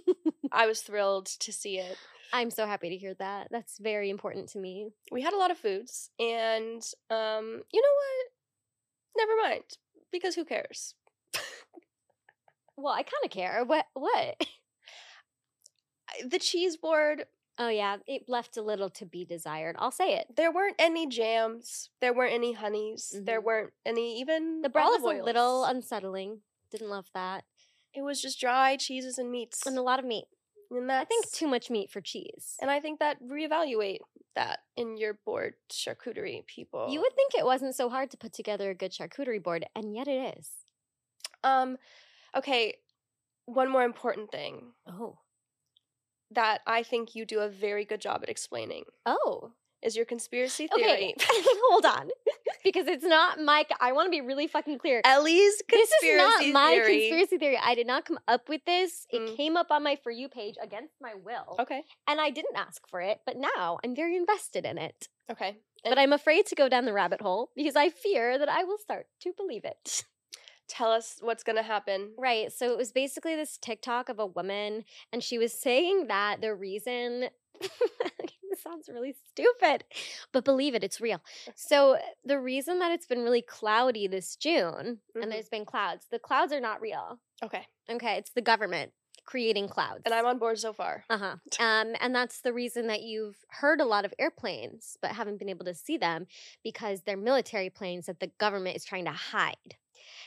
[SPEAKER 2] I was thrilled to see it.
[SPEAKER 1] I'm so happy to hear that. That's very important to me.
[SPEAKER 2] We had a lot of foods, and um, you know what? Never mind, because who cares?
[SPEAKER 1] Well, I kind of care. What? What?
[SPEAKER 2] I- The cheese board,
[SPEAKER 1] Oh yeah, it left a little to be desired. I'll say it.
[SPEAKER 2] there weren't any jams, there weren't any honeys, there
[SPEAKER 1] Mhm.
[SPEAKER 2] weren't any even
[SPEAKER 1] The bread
[SPEAKER 2] olive
[SPEAKER 1] was a little
[SPEAKER 2] oils.
[SPEAKER 1] unsettling. Didn't love that.
[SPEAKER 2] it was just dry cheeses and meats.
[SPEAKER 1] And a lot of meat.
[SPEAKER 2] and
[SPEAKER 1] I think
[SPEAKER 2] that's-
[SPEAKER 1] too much meat for cheese.
[SPEAKER 2] And I think that reevaluate that in your board charcuterie people.
[SPEAKER 1] You would think it wasn't so hard to put together a good charcuterie board, and yet it is.
[SPEAKER 2] um okay, one more important thing
[SPEAKER 1] Oh.
[SPEAKER 2] that I think you do a very good job at explaining
[SPEAKER 1] Oh.
[SPEAKER 2] is your conspiracy
[SPEAKER 1] Okay.
[SPEAKER 2] theory.
[SPEAKER 1] Hold on. because it's not my c- I want to be really fucking clear.
[SPEAKER 2] Ellie's
[SPEAKER 1] This is not
[SPEAKER 2] conspiracy
[SPEAKER 1] my
[SPEAKER 2] theory.
[SPEAKER 1] conspiracy theory. I did not come up with this. It
[SPEAKER 2] Mm.
[SPEAKER 1] came up on my for you page against my will.
[SPEAKER 2] Okay.
[SPEAKER 1] And I didn't ask for it, but now I'm very invested in it.
[SPEAKER 2] Okay.
[SPEAKER 1] But I'm afraid to go down the rabbit hole because I fear that I will start to believe it.
[SPEAKER 2] Tell us what's going to happen.
[SPEAKER 1] Right. So it was basically this TikTok of a woman, and she was saying that the reason. this sounds really stupid, but believe it, it's real. So the reason that it's been really cloudy this June,
[SPEAKER 2] Mhm.
[SPEAKER 1] and there's been clouds, the clouds are not real.
[SPEAKER 2] Okay.
[SPEAKER 1] Okay. It's the government creating clouds.
[SPEAKER 2] And I'm on board so far.
[SPEAKER 1] Uh huh. Um, and that's the reason that you've heard a lot of airplanes, but haven't been able to see them because they're military planes that the government is trying to hide.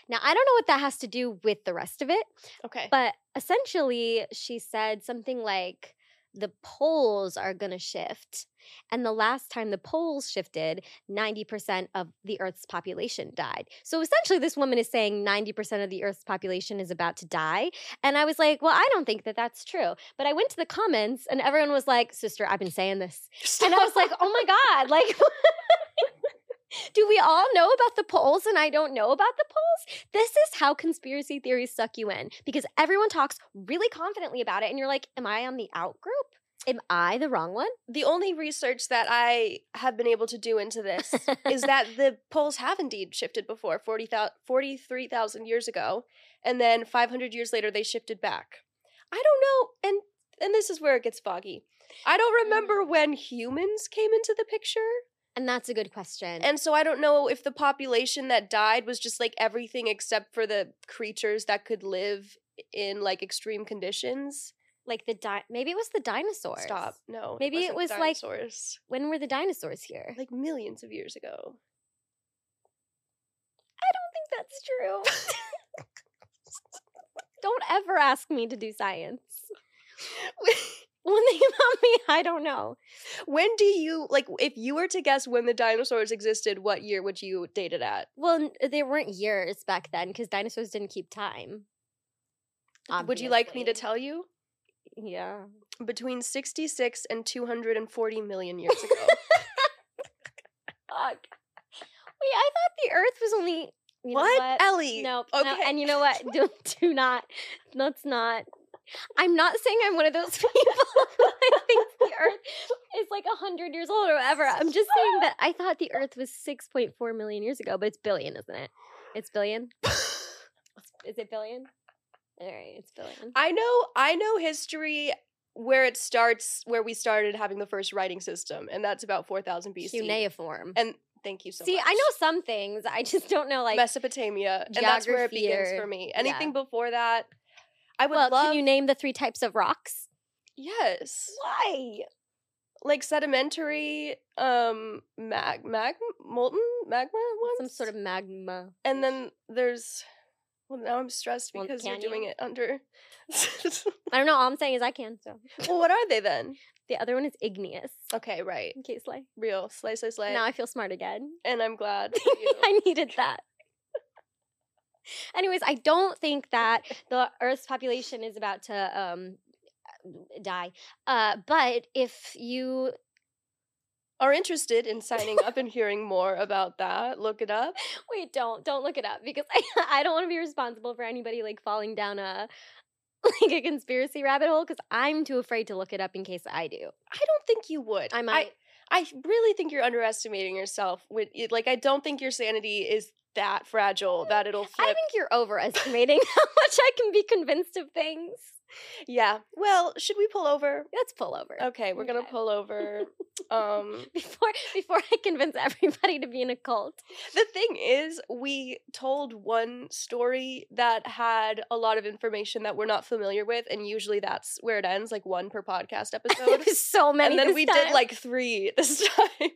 [SPEAKER 1] Now, I don't know what that has to do with the rest of it,
[SPEAKER 2] Okay.
[SPEAKER 1] but essentially, she said something like the polls are going to shift. And the last time the polls shifted, 90% of the Earth's population died. So essentially, this woman is saying 90% of the Earth's population is about to die. And I was like, well, I don't think that that's true. But I went to the comments and everyone was like, sister, I've been saying this. And I was like, oh my God, like, do we all know about the polls and I don't know about the polls? This is how conspiracy theories suck you in because everyone talks really confidently about it. And you're like, am I on the out group? Am I the wrong one?
[SPEAKER 2] the only research that I have been able to do into this is that the polls have indeed shifted before 40, 43,000 years ago, and then 500 years later they shifted back. I don't know, and and this is where it gets foggy. I don't remember
[SPEAKER 1] Mm.
[SPEAKER 2] when humans came into the picture,
[SPEAKER 1] And that's a good question.
[SPEAKER 2] and so I don't know if the population that died was just like everything except for the creatures that could live in like extreme conditions.
[SPEAKER 1] like the di- maybe it was the dinosaurs.
[SPEAKER 2] Stop. No.
[SPEAKER 1] Maybe it was,
[SPEAKER 2] wasn't
[SPEAKER 1] like-
[SPEAKER 2] dinosaurs.
[SPEAKER 1] When were the dinosaurs here?
[SPEAKER 2] like millions of years ago.
[SPEAKER 1] I don't think that's true. don't ever ask me to do science. One thing about me, I don't know.
[SPEAKER 2] When do you like if you were to guess when the dinosaurs existed, what year would you date it at?
[SPEAKER 1] Well, n- there weren't years back then because dinosaurs didn't keep time.
[SPEAKER 2] Would you like me to
[SPEAKER 1] obviously.
[SPEAKER 2] tell you?
[SPEAKER 1] Yeah.
[SPEAKER 2] Between 66 and 240 million years ago.
[SPEAKER 1] Fuck. Wait, I thought the Earth was only. You know
[SPEAKER 2] what?
[SPEAKER 1] what?
[SPEAKER 2] Ellie?
[SPEAKER 1] Nope.
[SPEAKER 2] Okay.
[SPEAKER 1] No, and you know what? Do, do not. Let's not. I'm not saying I'm one of those people who thinks the Earth is like hundred years old or whatever. I'm just saying that I thought the Earth was 6.4 million years ago, but it's billion, isn't it? It's billion. Is it billion? All right, it's billion.
[SPEAKER 2] I know I know history where it starts where we started having the first writing system and that's about 4000 BC.
[SPEAKER 1] Cuneiform.
[SPEAKER 2] And thank you so
[SPEAKER 1] See,
[SPEAKER 2] much.
[SPEAKER 1] I know some things. I just don't know like.
[SPEAKER 2] Mesopotamia and that's where it
[SPEAKER 1] geography
[SPEAKER 2] begins
[SPEAKER 1] or-
[SPEAKER 2] for me.
[SPEAKER 1] yeah.
[SPEAKER 2] Anything before that I would
[SPEAKER 1] Well,
[SPEAKER 2] love
[SPEAKER 1] can you name the three types of rocks?
[SPEAKER 2] Yes.
[SPEAKER 1] Why?
[SPEAKER 2] like sedimentary um mag mag molten magma ones
[SPEAKER 1] Some sort of magma.
[SPEAKER 2] and then there's well now i'm stressed
[SPEAKER 1] Well,
[SPEAKER 2] because you're
[SPEAKER 1] can
[SPEAKER 2] doing
[SPEAKER 1] you?
[SPEAKER 2] it under
[SPEAKER 1] I don't know. All I'm saying is I can. So
[SPEAKER 2] well what are they then
[SPEAKER 1] the other one is igneous.
[SPEAKER 2] okay right
[SPEAKER 1] In case like
[SPEAKER 2] real slice slice slice
[SPEAKER 1] now I feel smart again.
[SPEAKER 2] and i'm glad for you.
[SPEAKER 1] I needed that. Anyways, I don't think that the Earth's population is about to um die. Uh, but if you
[SPEAKER 2] are interested in signing up and hearing more about that look it up
[SPEAKER 1] wait, don't don't look it up because I, I don't want to be responsible for anybody like falling down a like a conspiracy rabbit hole because I'm too afraid to look it up in case I do.
[SPEAKER 2] i don't think you would
[SPEAKER 1] I might.
[SPEAKER 2] I, really think you're underestimating yourself with it- like i don't think your sanity is that fragile that it'll
[SPEAKER 1] I
[SPEAKER 2] flip
[SPEAKER 1] think you're overestimating how much I can be convinced of things.
[SPEAKER 2] yeah well should we pull over
[SPEAKER 1] Let's pull over.
[SPEAKER 2] Okay, we're gonna
[SPEAKER 1] Okay.
[SPEAKER 2] pull over. um,
[SPEAKER 1] before before I convince everybody to be in a cult.
[SPEAKER 2] the thing is, we told one story that had a lot of information that we're not familiar with, and usually that's where it ends, like one per podcast
[SPEAKER 1] There
[SPEAKER 2] episode.
[SPEAKER 1] was so many.
[SPEAKER 2] and then
[SPEAKER 1] this
[SPEAKER 2] we
[SPEAKER 1] time.
[SPEAKER 2] did like three this time,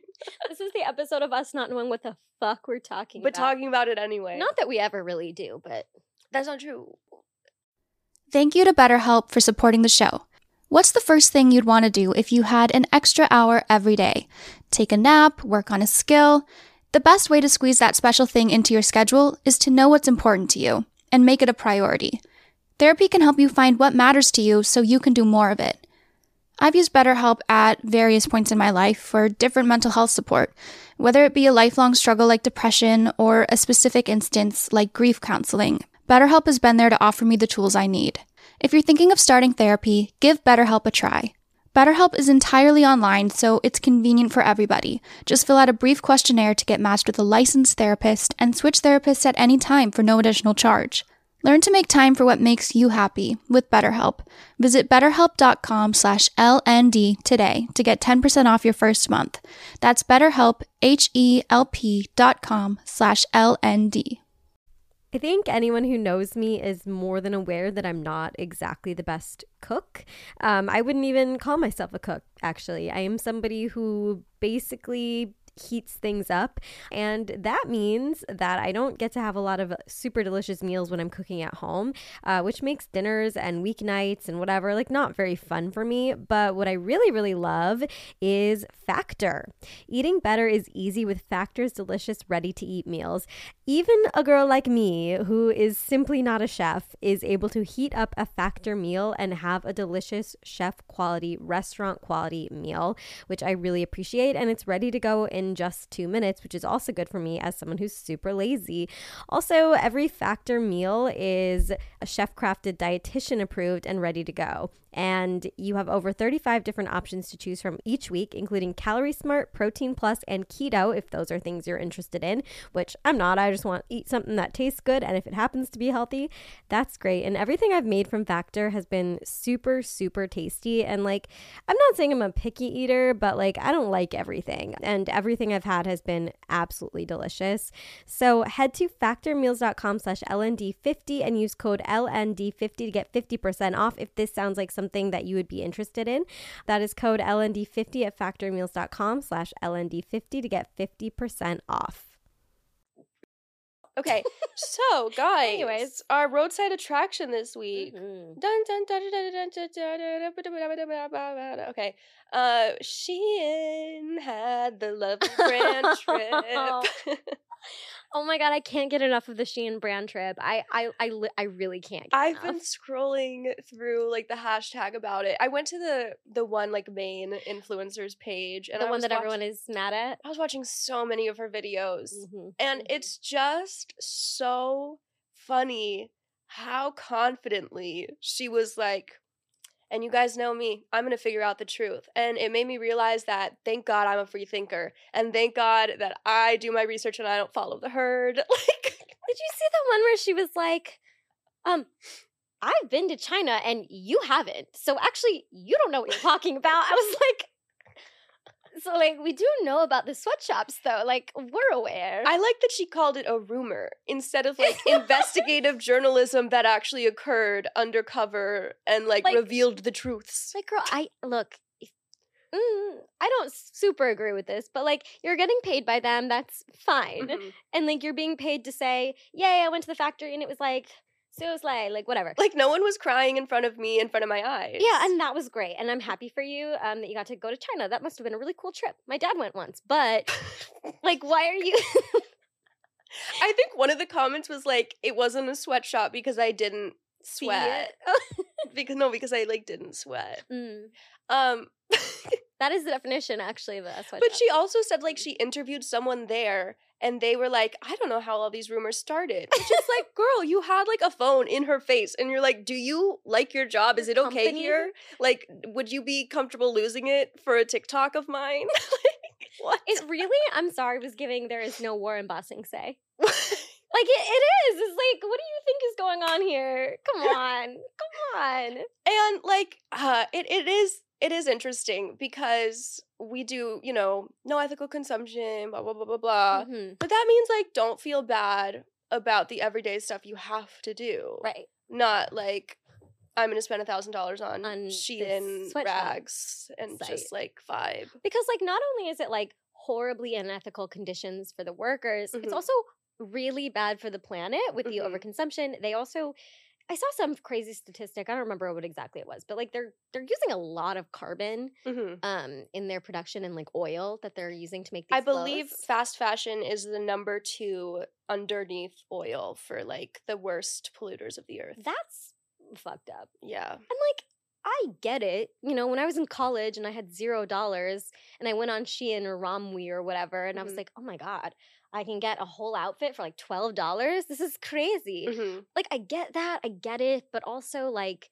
[SPEAKER 1] this is the episode of us not knowing what the fuck we're talking
[SPEAKER 2] but
[SPEAKER 1] about.
[SPEAKER 2] talking about it anyway.
[SPEAKER 1] Not that we ever really do, but
[SPEAKER 2] that's not true.
[SPEAKER 3] Thank you to BetterHelp for supporting the show. What's the first thing you'd want to do if you had an extra hour every day? Take a nap, work on a skill. The best way to squeeze that special thing into your schedule is to know what's important to you and make it a priority. Therapy can help you find what matters to you so you can do more of it. I've used BetterHelp at various points in my life for different mental health support, whether it be a lifelong struggle like depression or a specific instance like grief counseling. BetterHelp has been there to offer me the tools I need. If you're thinking of starting therapy, give BetterHelp a try. BetterHelp is entirely online, so it's convenient for everybody. Just fill out a brief questionnaire to get matched with a licensed therapist and switch therapists at any time for no additional charge. Learn to make time for what makes you happy with BetterHelp. Visit betterhelp.com slash LND today to get 10% off your first month. That's betterhelp, H-E-L-P dot com slash LND.
[SPEAKER 4] I think anyone who knows me is more than aware that I'm not exactly the best cook. Um, I wouldn't even call myself a cook, actually. I am somebody who basically heats things up. And that means that I don't get to have a lot of super delicious meals when I'm cooking at home, uh, which makes dinners and weeknights and whatever like not very fun for me. But what I really, really love is Factor. Eating better is easy with Factor's delicious, ready to eat meals. Even a girl like me, who is simply not a chef, is able to heat up a Factor meal and have a delicious chef quality, restaurant quality meal, which I really appreciate. And it's ready to go in just two minutes, which is also good for me as someone who's super lazy. Also, every Factor meal is a chef crafted, dietitian approved, and ready to go. And you have over 35 different options to choose from each week, including Calorie Smart, Protein Plus, and Keto, if those are things you're interested in, which I'm not. I just want to eat something that tastes good. And if it happens to be healthy, that's great. And everything I've made from Factor has been super, super tasty. And like, I'm not saying I'm a picky eater, but like, I don't like everything. And everything I've had has been absolutely delicious. So head to factormeals.com slash LND50 and use code LND50 to get 50% off if this sounds like something that you would be interested in. That is code LND50 at factormeals.com slash LND50 to get 50% off.
[SPEAKER 2] Okay, so guys,
[SPEAKER 1] Anyways.
[SPEAKER 2] our roadside attraction this week.
[SPEAKER 1] Mhm.
[SPEAKER 2] Dun, dun, dun, dun, dun, dun, dun, dun, dun, dun, dun, dun, dun, dun. Okay, uh, Shein had the love brand trip.
[SPEAKER 1] Oh my god, I can't get enough of the Shein brand trip. I I I, li- I really can't. Get
[SPEAKER 2] I've
[SPEAKER 1] enough.
[SPEAKER 2] been scrolling through like the hashtag about it. I went to the the one like main influencers page, and
[SPEAKER 1] the
[SPEAKER 2] I
[SPEAKER 1] one
[SPEAKER 2] was
[SPEAKER 1] that everyone
[SPEAKER 2] watch-
[SPEAKER 1] is mad at.
[SPEAKER 2] I was watching so many of her videos.
[SPEAKER 1] Mhm.
[SPEAKER 2] And
[SPEAKER 1] Mhm.
[SPEAKER 2] it's just so funny how confidently she was like, and you guys know me, I'm going to figure out the truth. And it made me realize that thank God I'm a free thinker. And thank God that I do my research and I don't follow the herd. Like,
[SPEAKER 1] Did you see the one where she was like, um, I've been to China and you haven't. So actually, you don't know what you're talking about. I was like, so like, we do know about the sweatshops though. Like, we're aware.
[SPEAKER 2] I like that she called it a rumor instead of like investigative journalism that actually occurred undercover and like,
[SPEAKER 1] Like-
[SPEAKER 2] revealed the truths.
[SPEAKER 1] It's like, girl, I look. if- Mm, I don't super agree with this, but like, you're getting paid by them. That's fine.
[SPEAKER 2] Mhm.
[SPEAKER 1] And like, you're being paid to say, yay, I went to the factory and it was like, so slay, like, whatever.
[SPEAKER 2] Like, no one was crying in front of me, in front of my eyes.
[SPEAKER 1] Yeah, and that was great. And I'm happy for you um, that you got to go to China. That must have been a really cool trip. My dad went once, but like, why are you?
[SPEAKER 2] I think one of the comments was like, "It wasn't a sweatshop because I didn't
[SPEAKER 1] See
[SPEAKER 2] sweat
[SPEAKER 1] it?
[SPEAKER 2] because no, because I like didn't sweat."
[SPEAKER 1] Mm,
[SPEAKER 2] Um,
[SPEAKER 1] that is the definition, actually, of a sweatshop.
[SPEAKER 2] but she also said like she interviewed someone there, and they were like, "I don't know how all these rumors started." Which is like, girl, you had like a phone in her face, and you're like, "Do you like your job? Is it okay
[SPEAKER 1] Company?
[SPEAKER 2] here? Like, would you be comfortable losing it for a TikTok of mine?" like, what?
[SPEAKER 1] It really, I'm sorry, was giving there is no war in Bossing say. Like, it, it is. It's like, what do you think is going on here? Come on. Come on.
[SPEAKER 2] and like uh it, it is it is interesting because we do you know no ethical consumption blah blah blah blah blah
[SPEAKER 1] Mhm,
[SPEAKER 2] but that means like don't feel bad about the everyday stuff you have to do
[SPEAKER 1] Right.
[SPEAKER 2] not like i'm gonna spend a thousand dollars on
[SPEAKER 1] On this
[SPEAKER 2] shein
[SPEAKER 1] sweatshop
[SPEAKER 2] rags and just
[SPEAKER 1] site.
[SPEAKER 2] like vibe
[SPEAKER 1] Because, like, not only is it like horribly unethical conditions for the workers,
[SPEAKER 2] Mhm.
[SPEAKER 1] it's also really bad for the planet with the
[SPEAKER 2] Mhm.
[SPEAKER 1] overconsumption. They also, I saw some crazy statistic. I don't remember what exactly it was, but like they're they're using a lot of carbon
[SPEAKER 2] hmm
[SPEAKER 1] um in their production and like oil that they're using to make these.
[SPEAKER 2] i believe
[SPEAKER 1] clothes.
[SPEAKER 2] fast fashion is the number two underneath oil for like the worst polluters of the earth
[SPEAKER 1] that's fucked up.
[SPEAKER 2] yeah
[SPEAKER 1] And like, I get it. You know, when I was in college and I had zero dollars and I went on Shein or Romwe or whatever, and I was
[SPEAKER 2] Mhm.
[SPEAKER 1] like, oh my God, I can get a whole outfit for like $12. This is crazy.
[SPEAKER 2] Mhm.
[SPEAKER 1] Like, I get that. I get it. But also, like,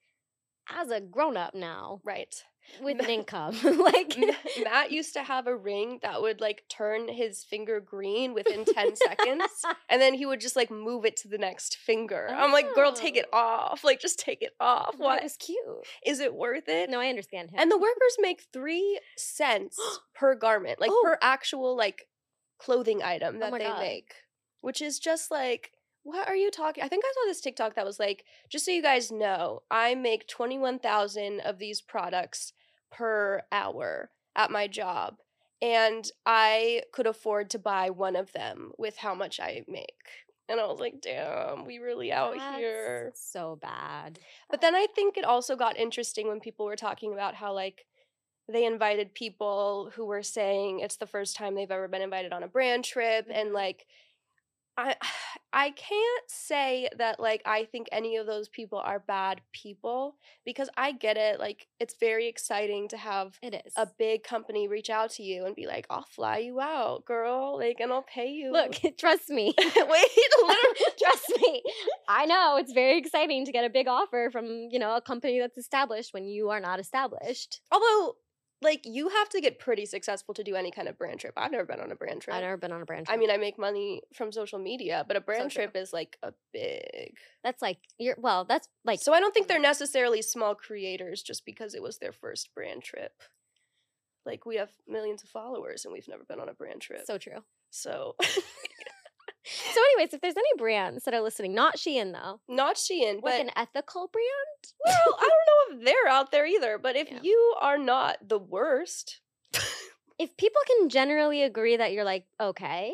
[SPEAKER 1] as a grown up now
[SPEAKER 2] right
[SPEAKER 1] with an income, like,
[SPEAKER 2] M- Matt used to have a ring that would like turn his finger green within 10 seconds and then he would just like move it to the next finger. I'm like, girl, take it
[SPEAKER 1] Oh.
[SPEAKER 2] off. Like just take it off.
[SPEAKER 1] What? It
[SPEAKER 2] What
[SPEAKER 1] was cute.
[SPEAKER 2] is it worth it?
[SPEAKER 1] No, I understand him.
[SPEAKER 2] And the workers make 3 cents per garment, like
[SPEAKER 1] Oh.
[SPEAKER 2] per actual like clothing item that
[SPEAKER 1] my
[SPEAKER 2] they
[SPEAKER 1] God.
[SPEAKER 2] make, which is just like what are you talking? I think I saw this TikTok that was like, just so you guys know, I make 21,000 of these products per hour at my job. and I could afford to buy one of them with how much I make. And I was like, damn, we really out
[SPEAKER 1] That's
[SPEAKER 2] here.
[SPEAKER 1] So bad.
[SPEAKER 2] But then I think it also got interesting when people were talking about how like they invited people who were saying it's the first time they've ever been invited on a brand trip and like I I can't say that like I think any of those people are bad people because I get it like it's very exciting to have
[SPEAKER 1] It is.
[SPEAKER 2] a big company reach out to you and be like, I'll fly you out, girl. Like, and I'll pay you.
[SPEAKER 1] Look, trust me.
[SPEAKER 2] wait, literally.
[SPEAKER 1] Trust me. I know it's very exciting to get a big offer from, you know, a company that's established when you are not established.
[SPEAKER 2] Although, like, you have to get pretty successful to do any kind of brand trip. I've never been on a brand trip.
[SPEAKER 1] I've never been on a brand
[SPEAKER 2] I
[SPEAKER 1] trip.
[SPEAKER 2] mean, I make money from social media, but a brand
[SPEAKER 1] Social.
[SPEAKER 2] trip is like a big.
[SPEAKER 1] that's like you're well, that's like mm.
[SPEAKER 2] so I don't think they're necessarily small creators just because it was their first brand trip. Like we have millions of followers and we've never been on a brand trip.
[SPEAKER 1] so true.
[SPEAKER 2] so
[SPEAKER 1] So anyways, if there's any brands that are listening, not Shein though,
[SPEAKER 2] not Shein,
[SPEAKER 1] like
[SPEAKER 2] but
[SPEAKER 1] an ethical brand,
[SPEAKER 2] Well, I don't know if they're out there either, but if
[SPEAKER 1] Yeah.
[SPEAKER 2] you are not the worst,
[SPEAKER 1] if people can generally agree that you're like, okay,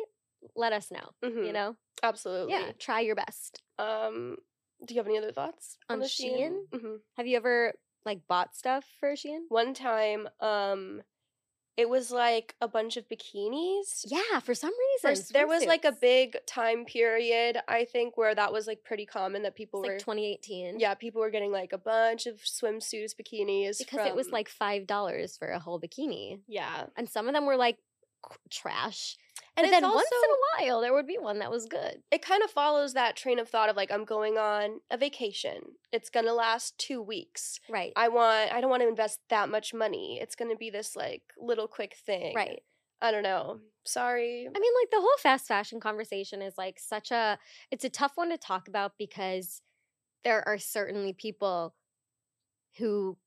[SPEAKER 1] let us know. You
[SPEAKER 2] Mhm,
[SPEAKER 1] know?
[SPEAKER 2] absolutely.
[SPEAKER 1] Yeah. Try your best.
[SPEAKER 2] Um, do you have any other thoughts
[SPEAKER 1] On
[SPEAKER 2] the
[SPEAKER 1] Shein?
[SPEAKER 2] Mhm.
[SPEAKER 1] Have you ever like bought stuff for Shein?
[SPEAKER 2] One time, um, it was like a bunch of bikinis.
[SPEAKER 1] Yeah, for some
[SPEAKER 2] For
[SPEAKER 1] reason.
[SPEAKER 2] s- there was like a
[SPEAKER 1] swimsuits.
[SPEAKER 2] big time period, I think, where that was like pretty common that
[SPEAKER 1] It's
[SPEAKER 2] people
[SPEAKER 1] like
[SPEAKER 2] were.
[SPEAKER 1] 2018.
[SPEAKER 2] yeah, people were getting like a bunch of swimsuits, bikinis.
[SPEAKER 1] because it was
[SPEAKER 2] from-
[SPEAKER 1] like five dollars for a whole bikini,
[SPEAKER 2] Yeah,
[SPEAKER 1] and some of them were like c- trash.
[SPEAKER 2] and
[SPEAKER 1] but
[SPEAKER 2] it's
[SPEAKER 1] then
[SPEAKER 2] also
[SPEAKER 1] once in a while, there would be one that was good.
[SPEAKER 2] it kind of follows that train of thought of like I'm going on a vacation. It's gonna last two weeks.
[SPEAKER 1] Right.
[SPEAKER 2] I want I don't want to invest that much money. It's going to be this like little quick thing.
[SPEAKER 1] right.
[SPEAKER 2] I don't know. Sorry.
[SPEAKER 1] I mean, like the whole fast fashion conversation is like such a it's a tough one to talk about because there are certainly people who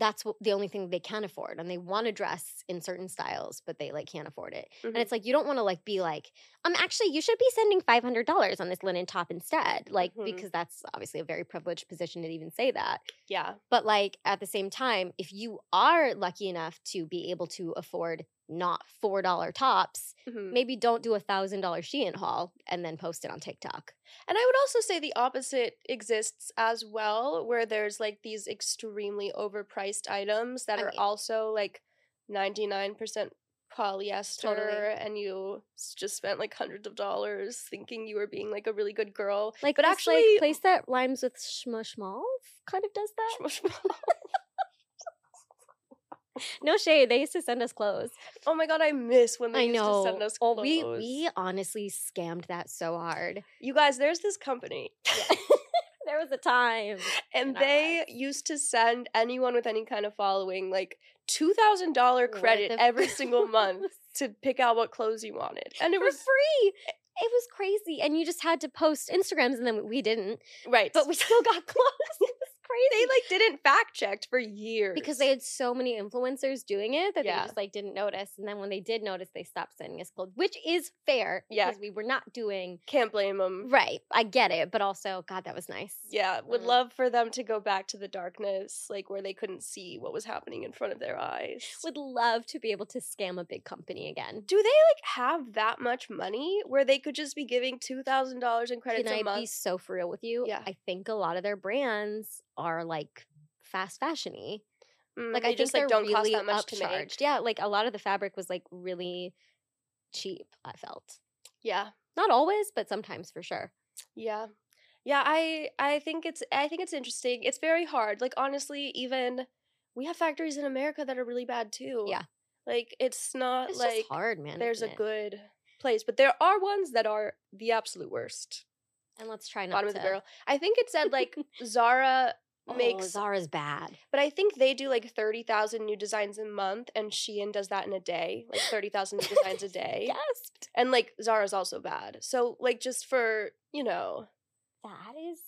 [SPEAKER 1] that's what, the only thing they can afford and they want to dress in certain styles but they like can't afford it
[SPEAKER 2] Mm-hmm.
[SPEAKER 1] and it's like you don't want to like be like um actually you should be sending $500 on this linen top instead like
[SPEAKER 2] Mhm.
[SPEAKER 1] because that's obviously a very privileged position to even say that
[SPEAKER 2] yeah.
[SPEAKER 1] but like at the same time, if you are lucky enough to be able to afford not four dollar tops,
[SPEAKER 2] Mhm.
[SPEAKER 1] maybe don't do a thousand dollar Shein haul and then post it on TikTok.
[SPEAKER 2] And I would also say the opposite exists as well where there's like these extremely overpriced items that
[SPEAKER 1] I
[SPEAKER 2] are
[SPEAKER 1] mean-
[SPEAKER 2] also like 99% polyester and you s- just spent like hundreds of dollars thinking you were being like a really good girl.
[SPEAKER 1] Like,
[SPEAKER 2] But
[SPEAKER 1] this,
[SPEAKER 2] actually-
[SPEAKER 1] like, place that rhymes with Schmushmalv kind of does that. No shade, they used to send us clothes.
[SPEAKER 2] oh my god, I miss when they
[SPEAKER 1] I
[SPEAKER 2] used
[SPEAKER 1] know.
[SPEAKER 2] to send us
[SPEAKER 1] Oh,
[SPEAKER 2] clothes.
[SPEAKER 1] we we honestly scammed that so hard.
[SPEAKER 2] You guys, there's this company
[SPEAKER 1] there was a time.
[SPEAKER 2] and
[SPEAKER 1] in our
[SPEAKER 2] they
[SPEAKER 1] lives.
[SPEAKER 2] used to send anyone with any kind of following like two thousand dollar
[SPEAKER 1] What
[SPEAKER 2] credit
[SPEAKER 1] the-
[SPEAKER 2] every single month
[SPEAKER 1] It
[SPEAKER 2] to pick out what clothes you wanted, and it
[SPEAKER 1] was
[SPEAKER 2] was
[SPEAKER 1] free. It was crazy, and you just had to post Instagrams, and then we didn't.
[SPEAKER 2] right.
[SPEAKER 1] but we still got close. It was
[SPEAKER 2] they
[SPEAKER 1] crazy.
[SPEAKER 2] like didn't fact checked for years
[SPEAKER 1] because they had so many influencers doing it that
[SPEAKER 2] Yeah.
[SPEAKER 1] they just like didn't notice. And then when they did notice, they stopped sending us clothes, which is fair.
[SPEAKER 2] Yeah.
[SPEAKER 1] Because we were not doing
[SPEAKER 2] can't blame them.
[SPEAKER 1] right. I get it. But also, God, that was nice.
[SPEAKER 2] Yeah, would
[SPEAKER 1] Mm.
[SPEAKER 2] love for them to go back to the darkness, like where they couldn't see what was happening in front of their eyes.
[SPEAKER 1] Would love to be able to scam a big company again.
[SPEAKER 2] Do they like have that much money where they could just be giving two thousand dollars in
[SPEAKER 1] Can
[SPEAKER 2] credits a
[SPEAKER 1] I be
[SPEAKER 2] month?
[SPEAKER 1] so for real with you?
[SPEAKER 2] Yeah.
[SPEAKER 1] I think a lot of their brands are like fast fashiony.
[SPEAKER 2] Mm,
[SPEAKER 1] Like I
[SPEAKER 2] they
[SPEAKER 1] think
[SPEAKER 2] just like
[SPEAKER 1] they're
[SPEAKER 2] don't
[SPEAKER 1] really
[SPEAKER 2] cost that much to
[SPEAKER 1] upcharged.
[SPEAKER 2] make.
[SPEAKER 1] Yeah, like a lot of the fabric was like really cheap. I felt.
[SPEAKER 2] Yeah,
[SPEAKER 1] not always but sometimes for sure
[SPEAKER 2] Yeah. Yeah, I I think it's I think it's interesting. It's very hard. Like honestly, even we have factories in America that are really bad too.
[SPEAKER 1] Yeah.
[SPEAKER 2] Like it's not
[SPEAKER 1] it's
[SPEAKER 2] like
[SPEAKER 1] just hard man
[SPEAKER 2] there's a good place, but there are ones that are the absolute worst.
[SPEAKER 1] and let's try not
[SPEAKER 2] Bottom
[SPEAKER 1] to
[SPEAKER 2] of the barrel. I think it said like Zara
[SPEAKER 1] oh,
[SPEAKER 2] makes
[SPEAKER 1] zara's bad
[SPEAKER 2] but I think they do like 30,000 new designs a month and Shein does that in a day. Like 30,000 new designs a day.
[SPEAKER 1] gasped
[SPEAKER 2] And like Zara's also bad. So like just for, you know,
[SPEAKER 1] that is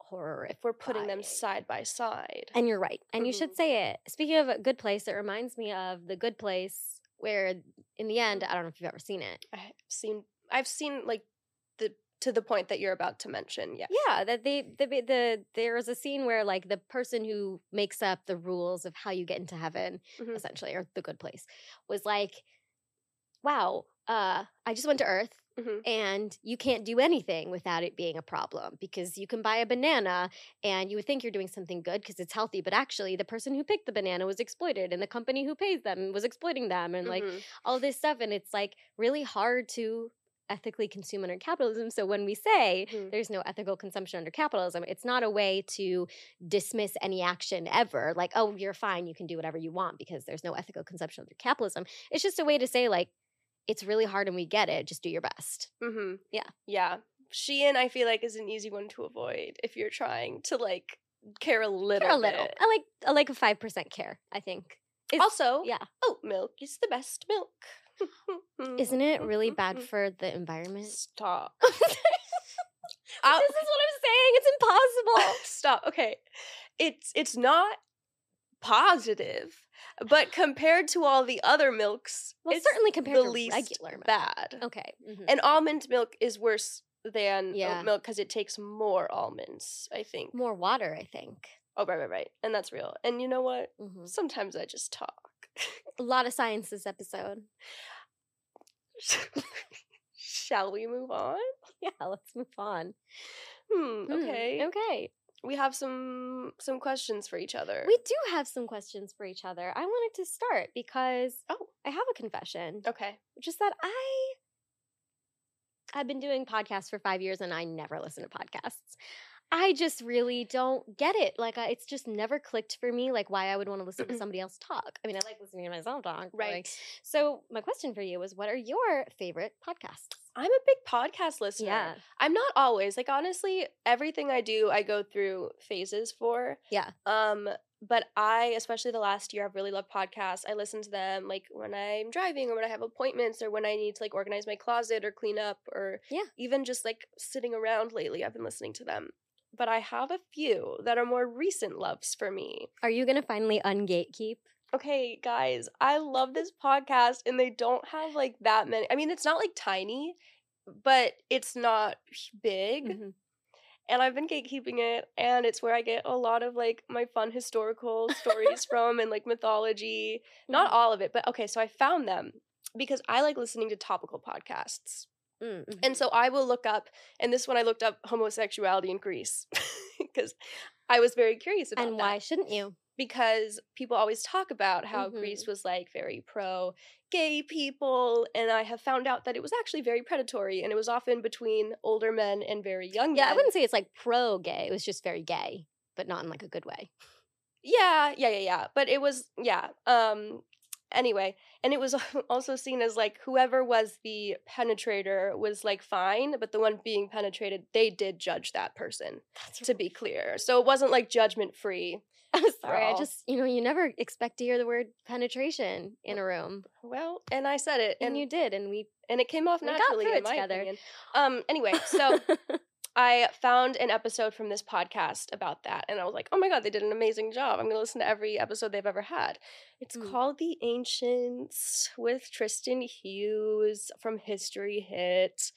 [SPEAKER 1] horrific
[SPEAKER 2] if we're putting them
[SPEAKER 1] Right.
[SPEAKER 2] side by side.
[SPEAKER 1] and you're right and you should
[SPEAKER 2] Mhm.
[SPEAKER 1] say it speaking of a good place it reminds me of the good place
[SPEAKER 2] Mm-hmm.
[SPEAKER 1] where in the end i don't know if you've ever seen it
[SPEAKER 2] I've seen I've seen like the to the point that you're about to mention. Yeah.
[SPEAKER 1] Yeah, that they the the there is a scene where like the person who makes up the rules of how you get into heaven,
[SPEAKER 2] Mhm.
[SPEAKER 1] essentially, or the good place, was like, "Wow, uh, I just went to Earth,
[SPEAKER 2] Mhm.
[SPEAKER 1] and you can't do anything without it being a problem because you can buy a banana and you would think you're doing something good because it's healthy, but actually, the person who picked the banana was exploited, and the company who pays them was exploiting them, and like."
[SPEAKER 2] Mhm.
[SPEAKER 1] all this stuff and it's like really hard to ethically consume under capitalism so when we say
[SPEAKER 2] Mhm.
[SPEAKER 1] there's no ethical consumption under capitalism it's not a way to dismiss any action ever like oh you're fine you can do whatever you want because there's no ethical consumption under capitalism it's just a way to say like it's really hard and we get it just do your best
[SPEAKER 2] Mm-hmm.
[SPEAKER 1] Yeah.
[SPEAKER 2] Yeah. Shein, I feel like, is an easy one to avoid if you're trying to like care a little.
[SPEAKER 1] Care a little
[SPEAKER 2] bit.
[SPEAKER 1] i like i like a 5% care i think It's-
[SPEAKER 2] also,
[SPEAKER 1] yeah
[SPEAKER 2] oat milk is the best milk. mm,
[SPEAKER 1] isn't it really bad for the environment
[SPEAKER 2] Stop.
[SPEAKER 1] this
[SPEAKER 2] I'll-
[SPEAKER 1] is what i'm saying it's impossible
[SPEAKER 2] Stop. Okay. It's it's not positive, but compared to all the other milks,
[SPEAKER 1] well
[SPEAKER 2] it's
[SPEAKER 1] certainly compared
[SPEAKER 2] the
[SPEAKER 1] to
[SPEAKER 2] least
[SPEAKER 1] regular milk.
[SPEAKER 2] bad.
[SPEAKER 1] okay mhm.
[SPEAKER 2] And almond milk is worse than
[SPEAKER 1] Yeah.
[SPEAKER 2] oat milk because it takes more almonds, I think.
[SPEAKER 1] more water, I think.
[SPEAKER 2] Oh, right, right, right. And that's real. And you know what?
[SPEAKER 1] Mhm.
[SPEAKER 2] Sometimes I just talk.
[SPEAKER 1] A lot of science this episode.
[SPEAKER 2] Shall we move on?
[SPEAKER 1] Yeah, let's move on.
[SPEAKER 2] Hmm,
[SPEAKER 1] Hmm,
[SPEAKER 2] okay.
[SPEAKER 1] Okay.
[SPEAKER 2] We have some some questions for each other.
[SPEAKER 1] We do have some questions for each other. I wanted to start because
[SPEAKER 2] Oh.
[SPEAKER 1] I have a confession,
[SPEAKER 2] okay.
[SPEAKER 1] which is that I I've been doing podcasts for 5 years and I never listen to podcasts. I just really don't get it. Like I, it's just never clicked for me like why I would want to listen to somebody else talk. I mean, I like listening to myself talk. but, like-
[SPEAKER 2] Right.
[SPEAKER 1] so my question for you is what are your favorite podcasts?
[SPEAKER 2] I'm a big podcast listener. I'm not always like honestly everything I do I go through phases for.
[SPEAKER 1] Yeah.
[SPEAKER 2] Um but I especially the last year I've really loved podcasts. I listen to them like when I'm driving or when I have appointments or when I need to like organize my closet or clean up or
[SPEAKER 1] Yeah.
[SPEAKER 2] even just like sitting around lately I've been listening to them. But I have a few that are more recent loves for me.
[SPEAKER 1] Are you gonna finally ungatekeep?
[SPEAKER 2] Okay, guys, I love this podcast and they don't have like that many. I mean, it's not like tiny, but it's not big.
[SPEAKER 1] Mm-hmm.
[SPEAKER 2] and I've been gatekeeping it, and it's where I get a lot of like my fun historical stories from and like mythology. Not all of it, but okay, so I found them because I like listening to topical podcasts.
[SPEAKER 1] Mm-hmm.
[SPEAKER 2] And so I will look up, and this one I looked up homosexuality in Greece because I was very curious about
[SPEAKER 1] And
[SPEAKER 2] that
[SPEAKER 1] why shouldn't you?
[SPEAKER 2] because people always talk about how
[SPEAKER 1] Mhm.
[SPEAKER 2] Greece was like very pro gay people, and I have found out that it was actually very predatory, and it was often between older men and very young.
[SPEAKER 1] Yeah, I
[SPEAKER 2] men.
[SPEAKER 1] wouldn't say it's like pro gay. It was just very gay, but not in like a good way.
[SPEAKER 2] Yeah, yeah, yeah, yeah. But it was yeah. Um anyway, and it was also seen as like whoever was the penetrator was like fine, but the one being penetrated, they did judge that person, to be clear. So it wasn't like judgment free.
[SPEAKER 1] I'm sorry. I
[SPEAKER 2] all.
[SPEAKER 1] just, you know, you never expect to hear the word penetration in a room.
[SPEAKER 2] Well, and I said it
[SPEAKER 1] And,
[SPEAKER 2] and
[SPEAKER 1] you did. And we.
[SPEAKER 2] and it came off
[SPEAKER 1] we got
[SPEAKER 2] naturally
[SPEAKER 1] through
[SPEAKER 2] in
[SPEAKER 1] it
[SPEAKER 2] my
[SPEAKER 1] together.
[SPEAKER 2] opinion. Um anyway, so I found an episode from this podcast about that, and I was like, oh my God, they did an amazing job. I'm going to listen to every episode they've ever had. It's
[SPEAKER 1] Mm.
[SPEAKER 2] called The Ancients with Tristan Hughes from History Hit.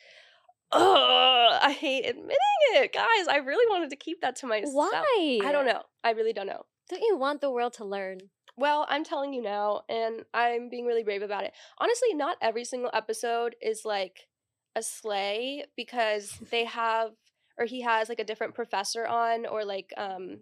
[SPEAKER 2] Ugh, I hate admitting it, guys. I really wanted to keep that to myself.
[SPEAKER 1] why?
[SPEAKER 2] I don't know. I really don't know.
[SPEAKER 1] Don't you want the world to learn?
[SPEAKER 2] Well, I'm telling you now, and I'm being really brave about it. Honestly, not every single episode is like a sleigh because they have, or he has like a different professor on, or like um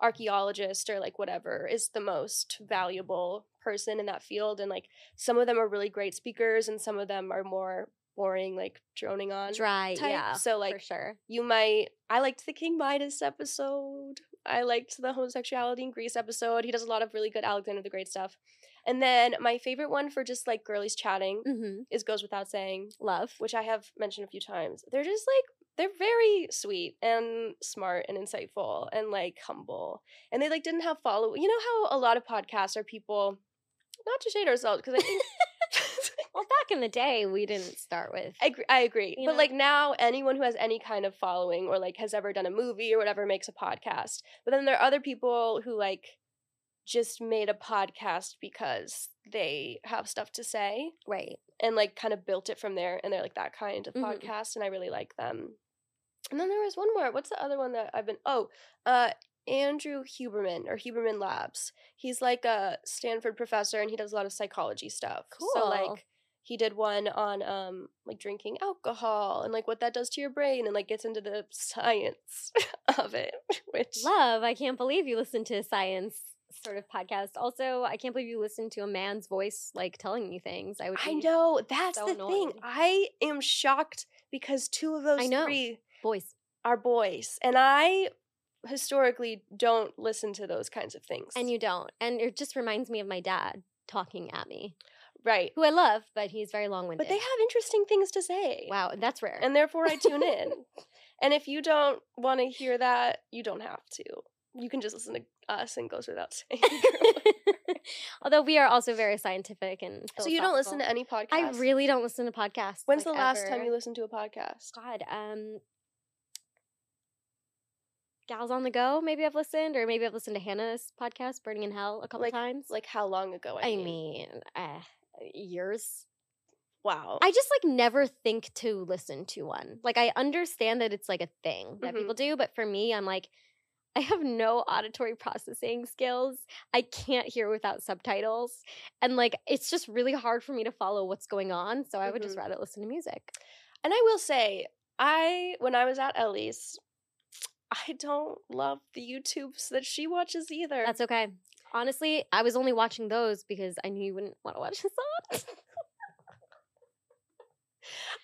[SPEAKER 2] archaeologist, or like whatever is the most valuable person in that field. And like some of them are really great speakers, and some of them are more boring, like droning on.
[SPEAKER 1] Dry.
[SPEAKER 2] type,
[SPEAKER 1] Yeah.
[SPEAKER 2] so,
[SPEAKER 1] for
[SPEAKER 2] like,
[SPEAKER 1] sure.
[SPEAKER 2] You might. I liked the King Midas episode. I liked the homosexuality in Greece episode. He does a lot of really good Alexander the Great stuff. And then my favorite one for just like girlies chatting
[SPEAKER 1] Mm-hmm.
[SPEAKER 2] is Goes Without Saying,
[SPEAKER 1] Love.
[SPEAKER 2] which I have mentioned a few times. They're just like they're very sweet and smart and insightful and like humble. And they like didn't have follow. You know how a lot of podcasts are people. Not to shade ourselves because I think.
[SPEAKER 1] Well, back in the day, we didn't start with.
[SPEAKER 2] I agree. I agree.
[SPEAKER 1] You
[SPEAKER 2] but
[SPEAKER 1] know?
[SPEAKER 2] like now, anyone who has any kind of following or like has ever done a movie or whatever makes a podcast. But then there are other people who like just made a podcast because they have stuff to say
[SPEAKER 1] right.
[SPEAKER 2] and like kind of built it from there. And they're like that kind of
[SPEAKER 1] Mhm.
[SPEAKER 2] podcast. And I really like them. And then there was one more. What's the other one that I've been? Oh, uh, Andrew Huberman or Huberman Labs. He's like a Stanford professor, and he does a lot of psychology stuff. So
[SPEAKER 1] Cool.
[SPEAKER 2] like he did one on um like drinking alcohol and like what that does to your brain, and like gets into the science of it. Which
[SPEAKER 1] Love, I can't believe you listen to a science sort of podcast. Also, I can't believe you listen to a man's voice like telling you things. I would
[SPEAKER 2] I
[SPEAKER 1] be
[SPEAKER 2] know that's
[SPEAKER 1] so
[SPEAKER 2] the
[SPEAKER 1] annoyed.
[SPEAKER 2] thing. I am shocked because two of those
[SPEAKER 1] know.
[SPEAKER 2] three
[SPEAKER 1] voice.
[SPEAKER 2] are boys, and I historically don't listen to those kinds of things.
[SPEAKER 1] And you don't. And it just reminds me of my dad talking at me,
[SPEAKER 2] right?
[SPEAKER 1] who I love, but he's very long winded.
[SPEAKER 2] But they have interesting things to say.
[SPEAKER 1] Wow, that's rare.
[SPEAKER 2] And therefore I tune in. and if you don't want to hear that, you don't have to. You can just listen to us and goes without saying.
[SPEAKER 1] Although we are also very scientific and
[SPEAKER 2] so you don't listen to
[SPEAKER 1] philosophical.
[SPEAKER 2] any podcast.
[SPEAKER 1] I really don't listen to podcasts.
[SPEAKER 2] When's
[SPEAKER 1] like,
[SPEAKER 2] the last time
[SPEAKER 1] ever.
[SPEAKER 2] you listened to a podcast?
[SPEAKER 1] God, um, Gals on the Go. Maybe I've listened, or maybe I've listened to Hannah's podcast, Burning in Hell, a couple times.
[SPEAKER 2] Like how long ago?
[SPEAKER 1] I mean, uh, years.
[SPEAKER 2] wow.
[SPEAKER 1] I just like never think to listen to one. Like I understand that it's like a thing that
[SPEAKER 2] Mhm.
[SPEAKER 1] people do, but for me, I'm like, I have no auditory processing skills. I can't hear without subtitles, and like it's just really hard for me to follow what's going on. So I would just
[SPEAKER 2] Mhm.
[SPEAKER 1] rather listen to music.
[SPEAKER 2] and I will say, I when I was at Ellie's, I don't love the YouTubes that she watches either.
[SPEAKER 1] That's okay. Honestly, I was only watching those because I knew you wouldn't want to watch this all.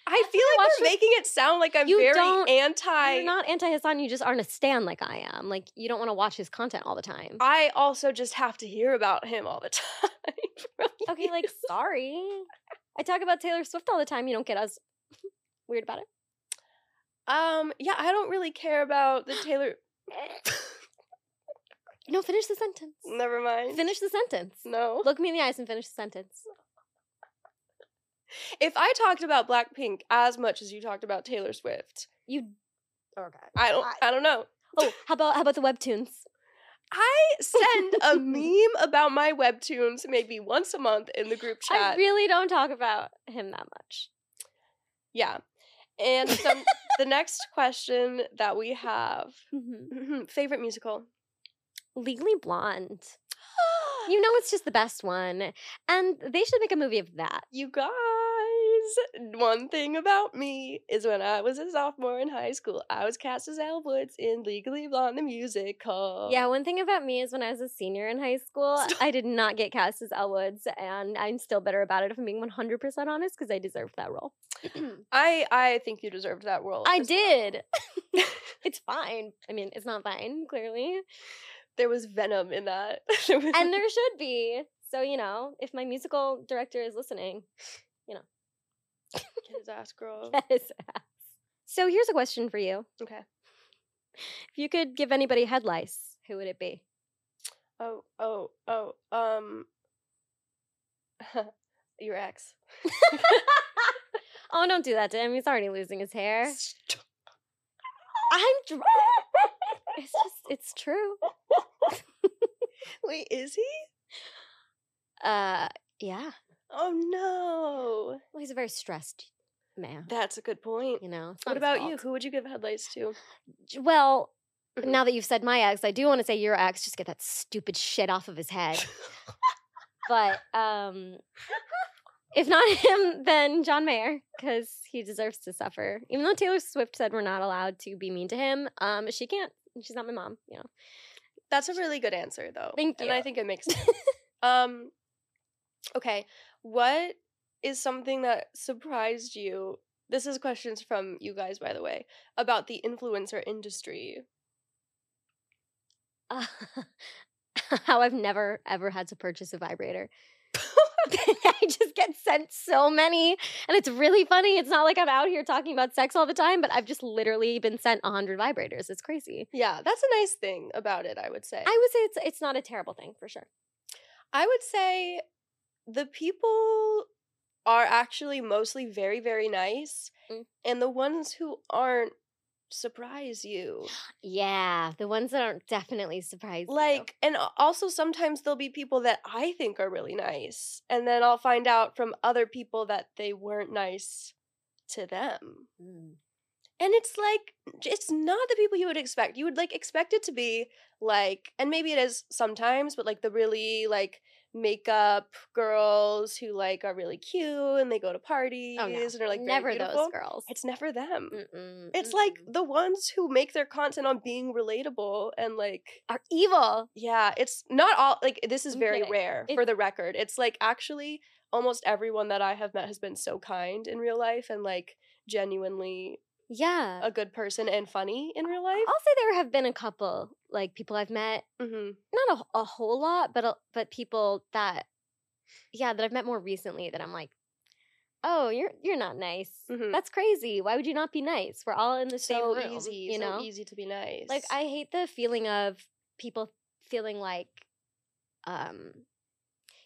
[SPEAKER 2] I feel like
[SPEAKER 1] watch
[SPEAKER 2] we're
[SPEAKER 1] your-
[SPEAKER 2] making it sound like I'm
[SPEAKER 1] You don't-
[SPEAKER 2] very
[SPEAKER 1] you're
[SPEAKER 2] anti.
[SPEAKER 1] You're not anti Hassan. You just aren't a stan like I am. Like you don't want to watch his content all the time.
[SPEAKER 2] I also just have to hear about him all the time. really.
[SPEAKER 1] Okay, like sorry. I talk about Taylor Swift all the time. You don't get us weird about it.
[SPEAKER 2] Um, yeah, I don't really care about the Taylor.
[SPEAKER 1] No, finish the sentence.
[SPEAKER 2] Never mind.
[SPEAKER 1] Mm, Finish the sentence.
[SPEAKER 2] No.
[SPEAKER 1] Look me in the eyes and finish the sentence.
[SPEAKER 2] If I talked about Blackpink as much as you talked about Taylor Swift,
[SPEAKER 1] You. Okay.
[SPEAKER 2] I don't. I don't know.
[SPEAKER 1] Oh, how about how about the webtoons?
[SPEAKER 2] I send a meme about my webtoons maybe once a month in the group
[SPEAKER 1] I
[SPEAKER 2] chat.
[SPEAKER 1] really don't talk about him that much.
[SPEAKER 2] yeah. And some, the next question that we have
[SPEAKER 1] Mm-hmm.
[SPEAKER 2] favorite musical.
[SPEAKER 1] Legally Blonde. You know it's just the best one, and they should make a movie of that.
[SPEAKER 2] You guys, one thing about me is when I was a sophomore in high school, I was cast as Elle Woods in Legally Blonde the musical.
[SPEAKER 1] Yeah, one thing about me is when I was a senior in high school, I did not get cast as Elle Woods, and I'm still bitter about it if I'm being 100% honest because I deserved that role.
[SPEAKER 2] I I think you deserved that role.
[SPEAKER 1] I
[SPEAKER 2] as well.
[SPEAKER 1] did. it's fine. I mean, it's not fine, clearly.
[SPEAKER 2] There was venom in that. There was-
[SPEAKER 1] And there should be. So, you know, if my musical director is listening,
[SPEAKER 2] Get his ass girl.
[SPEAKER 1] that is ass. So, here's a question for you.
[SPEAKER 2] Oh. Okay.
[SPEAKER 1] If you could give anybody head lice, who would it be?
[SPEAKER 2] Oh oh oh um. Your ex.
[SPEAKER 1] oh, don't do that to him. He's already losing his hair. I'm dr- It's just it's true.
[SPEAKER 2] Wait, is he?
[SPEAKER 1] Uh yeah.
[SPEAKER 2] Oh no.
[SPEAKER 1] Well, he's a very stressed man,
[SPEAKER 2] That's a good point.
[SPEAKER 1] you know. It's
[SPEAKER 2] What
[SPEAKER 1] not his
[SPEAKER 2] about you?
[SPEAKER 1] fault.
[SPEAKER 2] Who would you give headlights to?
[SPEAKER 1] J- Well,
[SPEAKER 2] Mhm.
[SPEAKER 1] now that you've said my ex, I do want to say your ex just get that stupid shit off of his head. but um if not him, then John Mayer, because he deserves to suffer. Even though Taylor Swift said we're not allowed to be mean to him, um, she can't. She's not my mom, you know.
[SPEAKER 2] That's a really good answer, though.
[SPEAKER 1] Thank
[SPEAKER 2] And I
[SPEAKER 1] you.
[SPEAKER 2] think it makes sense. um, okay. What is something that surprised you? This is questions from you guys, by the way, about the influencer industry.
[SPEAKER 1] Uh, how I've never ever had to purchase a vibrator. I just get sent so many, and it's really funny. It's not like I'm out here talking about sex all the time, but I've just literally been sent 100 vibrators. It's crazy.
[SPEAKER 2] Yeah, that's a nice thing about it, I would say.
[SPEAKER 1] I would say it's it's not a terrible thing for sure.
[SPEAKER 2] I would say the people are actually mostly very, very nice,
[SPEAKER 1] Mm.
[SPEAKER 2] and the ones who aren't surprise you.
[SPEAKER 1] Yeah, the ones that aren't definitely surprised. you.
[SPEAKER 2] like and a- also sometimes there'll be people that i think are really nice and then i'll find out from other people that they weren't nice to them
[SPEAKER 1] Mm.
[SPEAKER 2] And it's like it's not the people you would expect. You would like expect it to be like and maybe it is sometimes, but like the really like makeup girls who like are really cute and they go to parties and are like very
[SPEAKER 1] Oh, never
[SPEAKER 2] beautiful.
[SPEAKER 1] those girls.
[SPEAKER 2] It's never them.
[SPEAKER 1] Mm-mm,
[SPEAKER 2] It's like
[SPEAKER 1] mm-mm.
[SPEAKER 2] the ones who make their content on being relatable and like
[SPEAKER 1] are evil.
[SPEAKER 2] yeah, it's not all like this is
[SPEAKER 1] I'm
[SPEAKER 2] very
[SPEAKER 1] kidding.
[SPEAKER 2] rare for
[SPEAKER 1] It's-
[SPEAKER 2] the record. It's like actually almost everyone that I have met has been so kind in real life and like genuinely
[SPEAKER 1] Yeah.
[SPEAKER 2] a good person and funny in real life.
[SPEAKER 1] I'll say there have been a couple like people I've met,
[SPEAKER 2] hmm
[SPEAKER 1] not a, a whole lot, but a, but people that yeah, that I've met more recently that I'm like, "Oh, you're you're not nice.
[SPEAKER 2] Mhm.
[SPEAKER 1] That's crazy. Why would you not be nice? We're all in the
[SPEAKER 2] So
[SPEAKER 1] same room,
[SPEAKER 2] easy,
[SPEAKER 1] you
[SPEAKER 2] so
[SPEAKER 1] know?
[SPEAKER 2] easy to be nice.
[SPEAKER 1] Like I hate the feeling of people feeling like um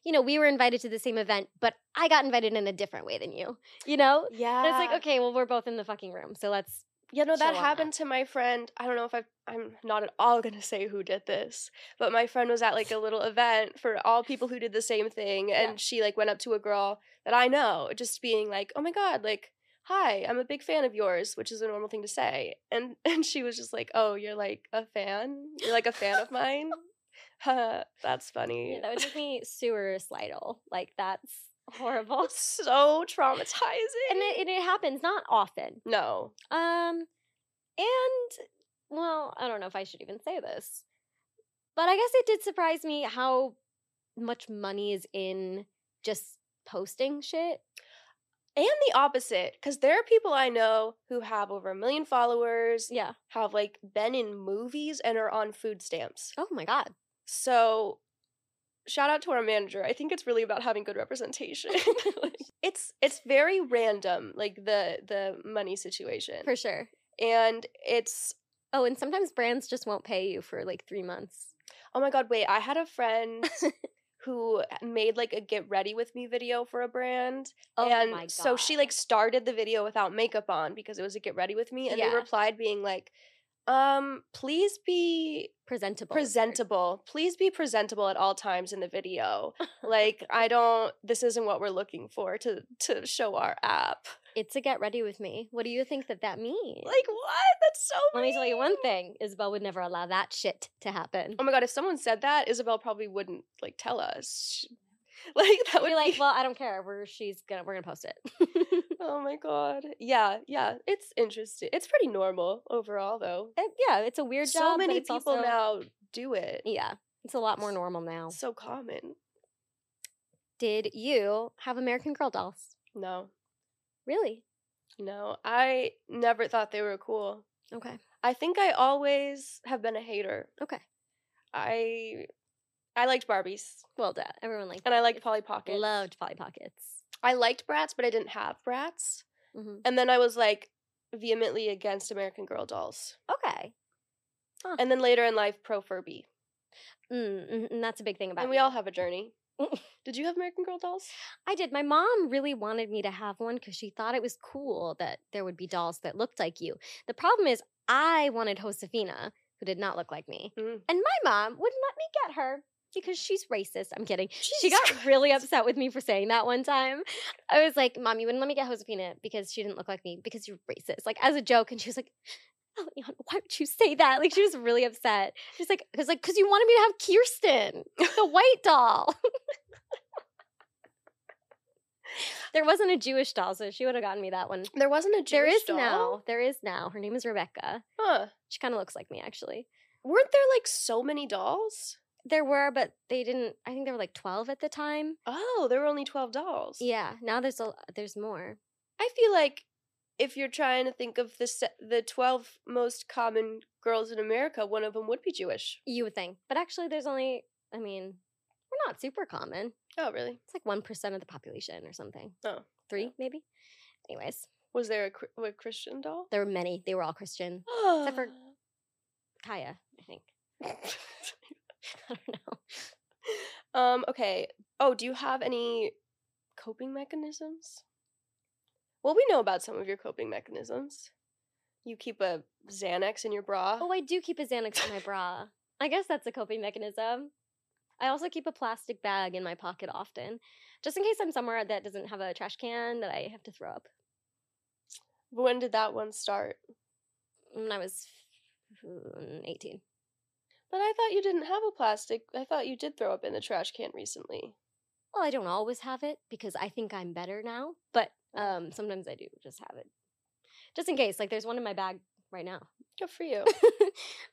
[SPEAKER 1] you know, we were invited to the same event, but I got invited in a different way than you. You know?
[SPEAKER 2] yeah,
[SPEAKER 1] And it's like, okay, well, we're both in the fucking room, so let's.
[SPEAKER 2] Yeah, no,
[SPEAKER 1] chill on
[SPEAKER 2] that
[SPEAKER 1] that.
[SPEAKER 2] happened to my friend. I don't know if I I'm not at all going to say who did this, but my friend was at like a little event for all people who did the same thing and she like went up to a girl that I know just being like, "Oh my god, like hi, I'm a big fan of yours," which is a normal thing to say. And and she was just like, "Oh, you're like a fan? You're like a fan of mine?" Huh, that's funny.
[SPEAKER 1] Yeah, that would make me sewer slidle. Like that's horrible.
[SPEAKER 2] It's so traumatizing.
[SPEAKER 1] and it, and it happens not often.
[SPEAKER 2] no.
[SPEAKER 1] Um, and well, I don't know if I should even say this, but I guess it did surprise me how much money is in just posting shit.
[SPEAKER 2] And the opposite, because there are people I know who have over a million followers,
[SPEAKER 1] Yeah.
[SPEAKER 2] have like been in movies and are on food stamps.
[SPEAKER 1] Oh my god.
[SPEAKER 2] So shout out to our manager. I think it's really about having good representation. Like, it's it's very random, like the the money situation.
[SPEAKER 1] For sure.
[SPEAKER 2] And it's
[SPEAKER 1] Oh, and sometimes brands just won't pay you for like three months.
[SPEAKER 2] oh my god, wait, I had a friend who made like a get ready with me video for a brand.
[SPEAKER 1] Oh
[SPEAKER 2] and
[SPEAKER 1] my god.
[SPEAKER 2] so she like started the video without makeup on because it was a get ready with me. And
[SPEAKER 1] Yeah.
[SPEAKER 2] they replied being like, um, please be
[SPEAKER 1] presentable.
[SPEAKER 2] presentable. Please be presentable at all times in the video. Like I don't this isn't what we're looking for to to show our app.
[SPEAKER 1] It's a get ready with me. What do you think that that means?
[SPEAKER 2] Like what? That's so
[SPEAKER 1] Let me tell you
[SPEAKER 2] mean.
[SPEAKER 1] one thing Isabel would never allow that shit to happen.
[SPEAKER 2] Oh my god, if someone said that, Isabel probably wouldn't like tell us. She- Like that would
[SPEAKER 1] Be like,
[SPEAKER 2] be
[SPEAKER 1] well, I don't care. We're she's gonna we're gonna post it.
[SPEAKER 2] Oh my god. Yeah, yeah. It's interesting. It's pretty normal overall though.
[SPEAKER 1] Uh, yeah, it's a weird
[SPEAKER 2] so
[SPEAKER 1] job. but
[SPEAKER 2] many
[SPEAKER 1] it's
[SPEAKER 2] people
[SPEAKER 1] also-
[SPEAKER 2] now do it.
[SPEAKER 1] Yeah, it's a lot more normal now.
[SPEAKER 2] So common.
[SPEAKER 1] Did you have American Girl dolls?
[SPEAKER 2] No.
[SPEAKER 1] Really?
[SPEAKER 2] No. I never thought they were cool.
[SPEAKER 1] Okay.
[SPEAKER 2] I think I always have been a hater.
[SPEAKER 1] Okay.
[SPEAKER 2] I I liked Barbies
[SPEAKER 1] Well, duh. Everyone liked
[SPEAKER 2] and I liked
[SPEAKER 1] Polly
[SPEAKER 2] Polly Pockets.
[SPEAKER 1] Loved Polly Pockets.
[SPEAKER 2] I liked Bratz, but I didn't have Bratz.
[SPEAKER 1] Mhm.
[SPEAKER 2] And then I was like vehemently against American Girl dolls.
[SPEAKER 1] Okay.
[SPEAKER 2] And then later in life, pro Furby.
[SPEAKER 1] Mm, mm, and that's a big thing about
[SPEAKER 2] And we
[SPEAKER 1] you.
[SPEAKER 2] all have a journey. Did you have American Girl dolls?
[SPEAKER 1] I did. My mom really wanted me to have one because she thought it was cool that there would be dolls that looked like you. The problem is, I wanted Josefina, who did not look like me.
[SPEAKER 2] Mm.
[SPEAKER 1] And my mom wouldn't let me get her because she's racist. I'm kidding. she
[SPEAKER 2] Jesus
[SPEAKER 1] got
[SPEAKER 2] Christ.
[SPEAKER 1] really upset with me for saying that one time. I was like, Mom, you wouldn't let me get Josefina because she didn't look like me because you're racist, like as a joke. And she was like, Eliana, why would you say that? Like she was really upset. She's like, because like, because you wanted me to have Kirsten, the white doll. there wasn't a Jewish doll, so she would have gotten me that one.
[SPEAKER 2] There wasn't a Jewish
[SPEAKER 1] there is
[SPEAKER 2] doll.
[SPEAKER 1] now. There is now. Her name is Rebecca.
[SPEAKER 2] Huh.
[SPEAKER 1] She kind of looks like me, actually.
[SPEAKER 2] Weren't there like so many dolls?
[SPEAKER 1] There were, but they didn't. I think there were like twelve at the time.
[SPEAKER 2] Oh, there were only 12 dolls.
[SPEAKER 1] Yeah. Now there's a there's more.
[SPEAKER 2] I feel like if you're trying to think of the se- the 12 most common girls in America, one of them would be Jewish.
[SPEAKER 1] You would think. But actually, there's only, I mean, we're not super common.
[SPEAKER 2] Oh, really?
[SPEAKER 1] It's like 1% of the population or something.
[SPEAKER 2] Oh.
[SPEAKER 1] Three, maybe? Anyways,
[SPEAKER 2] Was there a, Chri- a Christian doll?
[SPEAKER 1] there were many. They were all Christian.
[SPEAKER 2] Except
[SPEAKER 1] for- Kaya, I think. I don't know.
[SPEAKER 2] um, okay. Oh, do you have any coping mechanisms? Well, we know about some of your coping mechanisms. You keep a Xanax in your bra.
[SPEAKER 1] Oh, I do keep a Xanax in my bra. I guess that's a coping mechanism. I also keep a plastic bag in my pocket often, just in case I'm somewhere that doesn't have a trash can that I have to throw up.
[SPEAKER 2] when did that one start?
[SPEAKER 1] when I was mm, 18.
[SPEAKER 2] But I thought you didn't have a plastic. I thought you did throw up in the trash can recently.
[SPEAKER 1] Well, I don't always have it because I think I'm better now, but um, sometimes I do just have it. Just in case, like there's one in my bag right now.
[SPEAKER 2] Good for you.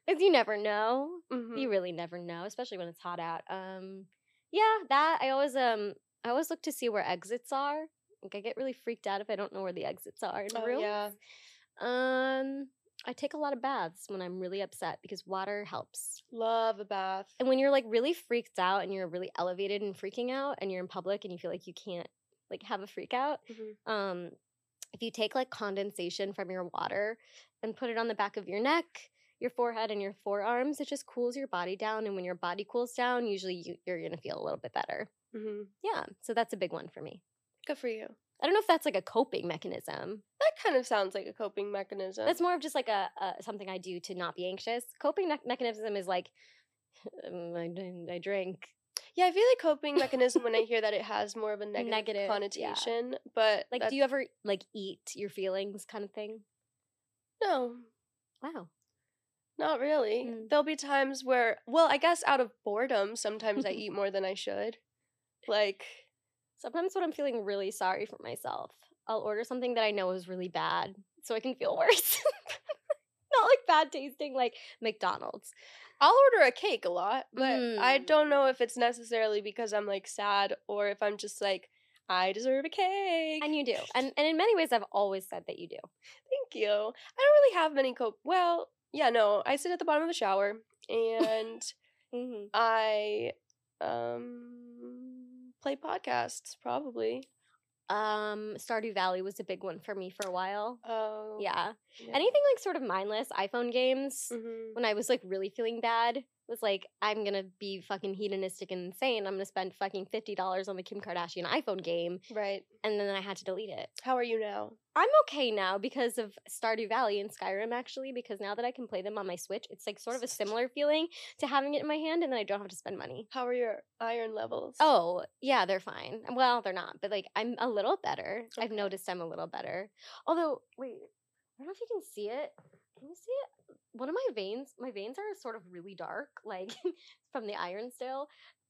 [SPEAKER 1] Because you never know.
[SPEAKER 2] Mhm.
[SPEAKER 1] You really never know, especially when it's hot out. Um, yeah, that I always um I always look to see where exits are. Like I get really freaked out if I don't know where the exits are in a
[SPEAKER 2] Oh,
[SPEAKER 1] room.
[SPEAKER 2] yeah.
[SPEAKER 1] Um, I take a lot of baths when I'm really upset because water helps.
[SPEAKER 2] Love a bath.
[SPEAKER 1] And when you're like really freaked out and you're really elevated and freaking out and you're in public and you feel like you can't like have a freak out,
[SPEAKER 2] Mhm.
[SPEAKER 1] um, if you take like condensation from your water and put it on the back of your neck, your forehead, and your forearms, it just cools your body down. And when your body cools down, usually you, you're gonna feel a little bit better.
[SPEAKER 2] hmm
[SPEAKER 1] Yeah, so that's a big one for me.
[SPEAKER 2] Good for you.
[SPEAKER 1] I don't know if that's like a coping mechanism.
[SPEAKER 2] That kind of sounds like a coping mechanism.
[SPEAKER 1] That's more of just like a, a something I do to not be anxious. Coping me- mechanism is like um, I, d- I drink.
[SPEAKER 2] yeah, I feel like coping mechanism when I hear that it has more of a negative,
[SPEAKER 1] Negative, yeah.
[SPEAKER 2] connotation. But
[SPEAKER 1] Like,
[SPEAKER 2] that-
[SPEAKER 1] do you ever like eat your feelings kind of thing?
[SPEAKER 2] no,
[SPEAKER 1] Wow.
[SPEAKER 2] not really.
[SPEAKER 1] Mm.
[SPEAKER 2] There'll be times where, well, I guess out of boredom, sometimes I eat more than I should. Like,
[SPEAKER 1] Sometimes when I'm feeling really sorry for myself, I'll order something that I know is really bad so I can feel worse. Not like bad tasting, like McDonald's.
[SPEAKER 2] I'll order a cake a lot, but I
[SPEAKER 1] Mm.
[SPEAKER 2] don't know if it's necessarily because I'm like sad or if I'm just like, I deserve a cake.
[SPEAKER 1] And you do. And, and in many ways, I've always said that you do.
[SPEAKER 2] Thank you. I don't really have many cope. Well, yeah, no. I sit at the bottom of the shower and
[SPEAKER 1] Mm-hmm.
[SPEAKER 2] I um play podcasts probably.
[SPEAKER 1] Um, Stardew Valley was a big one for me for a while.
[SPEAKER 2] Oh.
[SPEAKER 1] Yeah. Mm-hmm. Anything like sort of mindless iPhone games.
[SPEAKER 2] Mhm.
[SPEAKER 1] when I was like really feeling bad was like, I'm gonna be fucking hedonistic and insane. I'm gonna spend fucking fifty dollars on the Kim Kardashian iPhone game,
[SPEAKER 2] Right.
[SPEAKER 1] and then I had to delete it.
[SPEAKER 2] How are you now?
[SPEAKER 1] I'm okay now because of Stardew Valley and Skyrim actually, because now that I can play them on my Switch, it's like sort of a similar feeling to having it in my hand, and then I don't have to spend money.
[SPEAKER 2] How are your iron levels?
[SPEAKER 1] Oh, yeah, they're fine. Well, they're not, but like I'm a little better. I've
[SPEAKER 2] Okay.
[SPEAKER 1] noticed I'm a little better. Although, wait, I don't know if you can see it. Can you see it? One of my veins, my veins are sort of really dark, like from the iron still.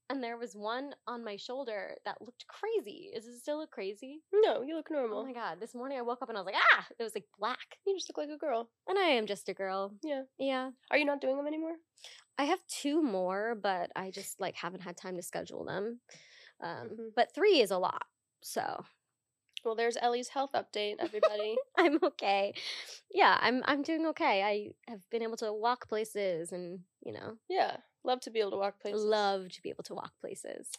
[SPEAKER 1] And there was one on my shoulder that looked crazy. Is it still look crazy?
[SPEAKER 2] No, you look normal.
[SPEAKER 1] Oh my god! This morning I woke up and I was like, ah! It was like black,
[SPEAKER 2] You just look like a girl.
[SPEAKER 1] and I am just a girl.
[SPEAKER 2] Yeah.
[SPEAKER 1] yeah.
[SPEAKER 2] Are you not doing them anymore?
[SPEAKER 1] I have two more, but I just like haven't had time to schedule them. Um,
[SPEAKER 2] Mhm.
[SPEAKER 1] But three is a lot, so
[SPEAKER 2] Well, there's Ellie's health update, everybody.
[SPEAKER 1] I'm okay. Yeah, I'm I'm doing okay. I have been able to walk places, and you know,
[SPEAKER 2] yeah. Love to be able to walk places.
[SPEAKER 1] love to be able to walk places.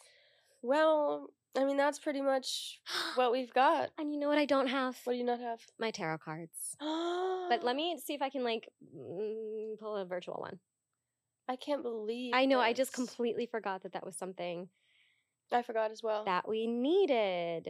[SPEAKER 2] Well, I mean that's pretty much what we've got.
[SPEAKER 1] and you know what? I don't have
[SPEAKER 2] What do you not have?
[SPEAKER 1] my tarot cards,
[SPEAKER 2] but
[SPEAKER 1] but let me see if I can like mm, pull a virtual one.
[SPEAKER 2] I can't believe
[SPEAKER 1] I know I just
[SPEAKER 2] this.
[SPEAKER 1] completely forgot that that was something
[SPEAKER 2] I forgot as well.
[SPEAKER 1] that we needed.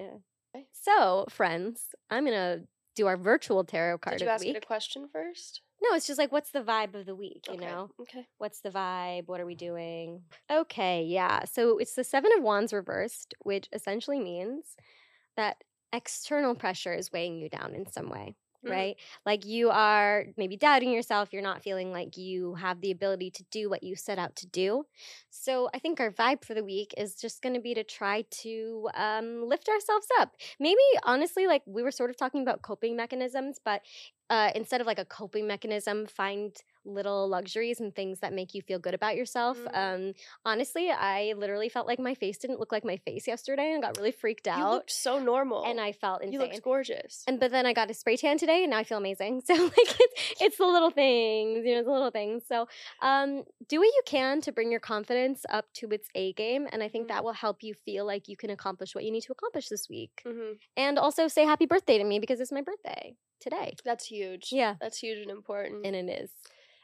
[SPEAKER 2] Eh.
[SPEAKER 1] So, friends, I'm gonna do our virtual tarot card
[SPEAKER 2] Did you
[SPEAKER 1] of
[SPEAKER 2] ask
[SPEAKER 1] the week.
[SPEAKER 2] it a question first?
[SPEAKER 1] No, it's just like what's the vibe of the week, you
[SPEAKER 2] okay.
[SPEAKER 1] know?
[SPEAKER 2] Okay.
[SPEAKER 1] What's the vibe? What are we doing? Okay, yeah. So it's the 7 of wands reversed, which essentially means that external pressure is weighing you down in some way.
[SPEAKER 2] Mhm.
[SPEAKER 1] Right? Like you are maybe doubting yourself. You're not feeling like you have the ability to do what you set out to do. So I think our vibe for the week is just going to be to try to um, lift ourselves up. Maybe honestly, like we were sort of talking about coping mechanisms, but uh, instead of like a coping mechanism, find little luxuries and things that make you feel good about yourself.
[SPEAKER 2] Mm.
[SPEAKER 1] Um, honestly, I literally felt like my face didn't look like my face yesterday and got really freaked
[SPEAKER 2] You
[SPEAKER 1] out,
[SPEAKER 2] looked so normal.
[SPEAKER 1] and I felt
[SPEAKER 2] you
[SPEAKER 1] insane.
[SPEAKER 2] looked gorgeous.
[SPEAKER 1] And but then I got a spray tan today, and now I feel amazing. So like it's it's the little things, you know, the little things. So um, do what you can to bring your confidence up to its A game, and I think
[SPEAKER 2] Mhm.
[SPEAKER 1] that will help you feel like you can accomplish what you need to accomplish this week.
[SPEAKER 2] hmm
[SPEAKER 1] And also say happy birthday to me because it's my birthday today.
[SPEAKER 2] That's huge.
[SPEAKER 1] Yeah.
[SPEAKER 2] Mm. That's huge and important.
[SPEAKER 1] And it is.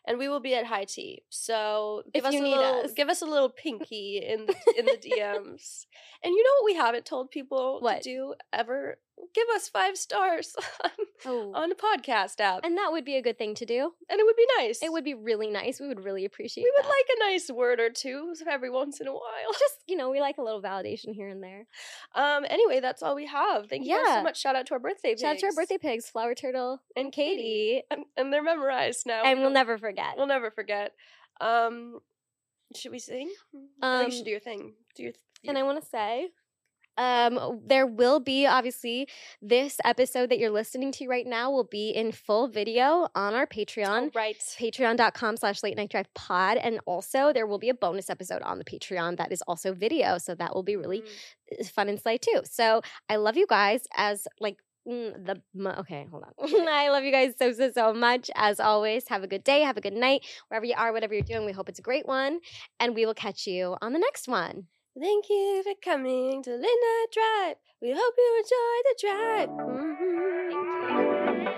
[SPEAKER 2] and we will be at high tea. So
[SPEAKER 1] If
[SPEAKER 2] give us
[SPEAKER 1] you
[SPEAKER 2] a
[SPEAKER 1] need
[SPEAKER 2] little,
[SPEAKER 1] us.
[SPEAKER 2] give us a little pinky in the, in the DMs. And you know what we haven't told people
[SPEAKER 1] What?
[SPEAKER 2] to do ever? Give us five stars on,
[SPEAKER 1] Oh.
[SPEAKER 2] on a podcast app, and,
[SPEAKER 1] and that would be a good thing to do.
[SPEAKER 2] it would be nice.
[SPEAKER 1] It would be really nice. We would really appreciate
[SPEAKER 2] We would
[SPEAKER 1] that.
[SPEAKER 2] like a nice word or two every once in a while.
[SPEAKER 1] just, you know, we like a little validation here and there.
[SPEAKER 2] Um. Anyway, that's all we have. Thank you guys
[SPEAKER 1] Yeah.
[SPEAKER 2] so much. Shout out to our birthday.
[SPEAKER 1] Shout out to our
[SPEAKER 2] pigs.
[SPEAKER 1] birthday pigs, Flower Turtle and Katie.
[SPEAKER 2] and, and they're memorized now.
[SPEAKER 1] And we'll
[SPEAKER 2] don't-
[SPEAKER 1] never forget.
[SPEAKER 2] We'll never forget. Um, should we sing? I think
[SPEAKER 1] Um,
[SPEAKER 2] you should do your thing. Do your. do
[SPEAKER 1] and I
[SPEAKER 2] your-
[SPEAKER 1] want to say um there will be obviously this episode that you're listening to right now will be in full video on our Patreon.
[SPEAKER 2] Oh, right.
[SPEAKER 1] patreon.com slash late night drive pod and also there will be a bonus episode on the patreon that is also video so that will be really
[SPEAKER 2] Mm.
[SPEAKER 1] fun and slay too so i love you guys as like mm, the mo- okay hold on i love you guys so so so much as always have a good day have a good night wherever you are whatever you're doing we hope it's a great one and we will catch you on the next one
[SPEAKER 2] Thank you for coming to Late Night Drive. We hope you enjoy the drive. Mhm.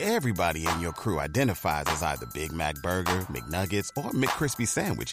[SPEAKER 5] Everybody in your crew identifies as either Big Mac Burger, McNuggets, or McCrispy Sandwich.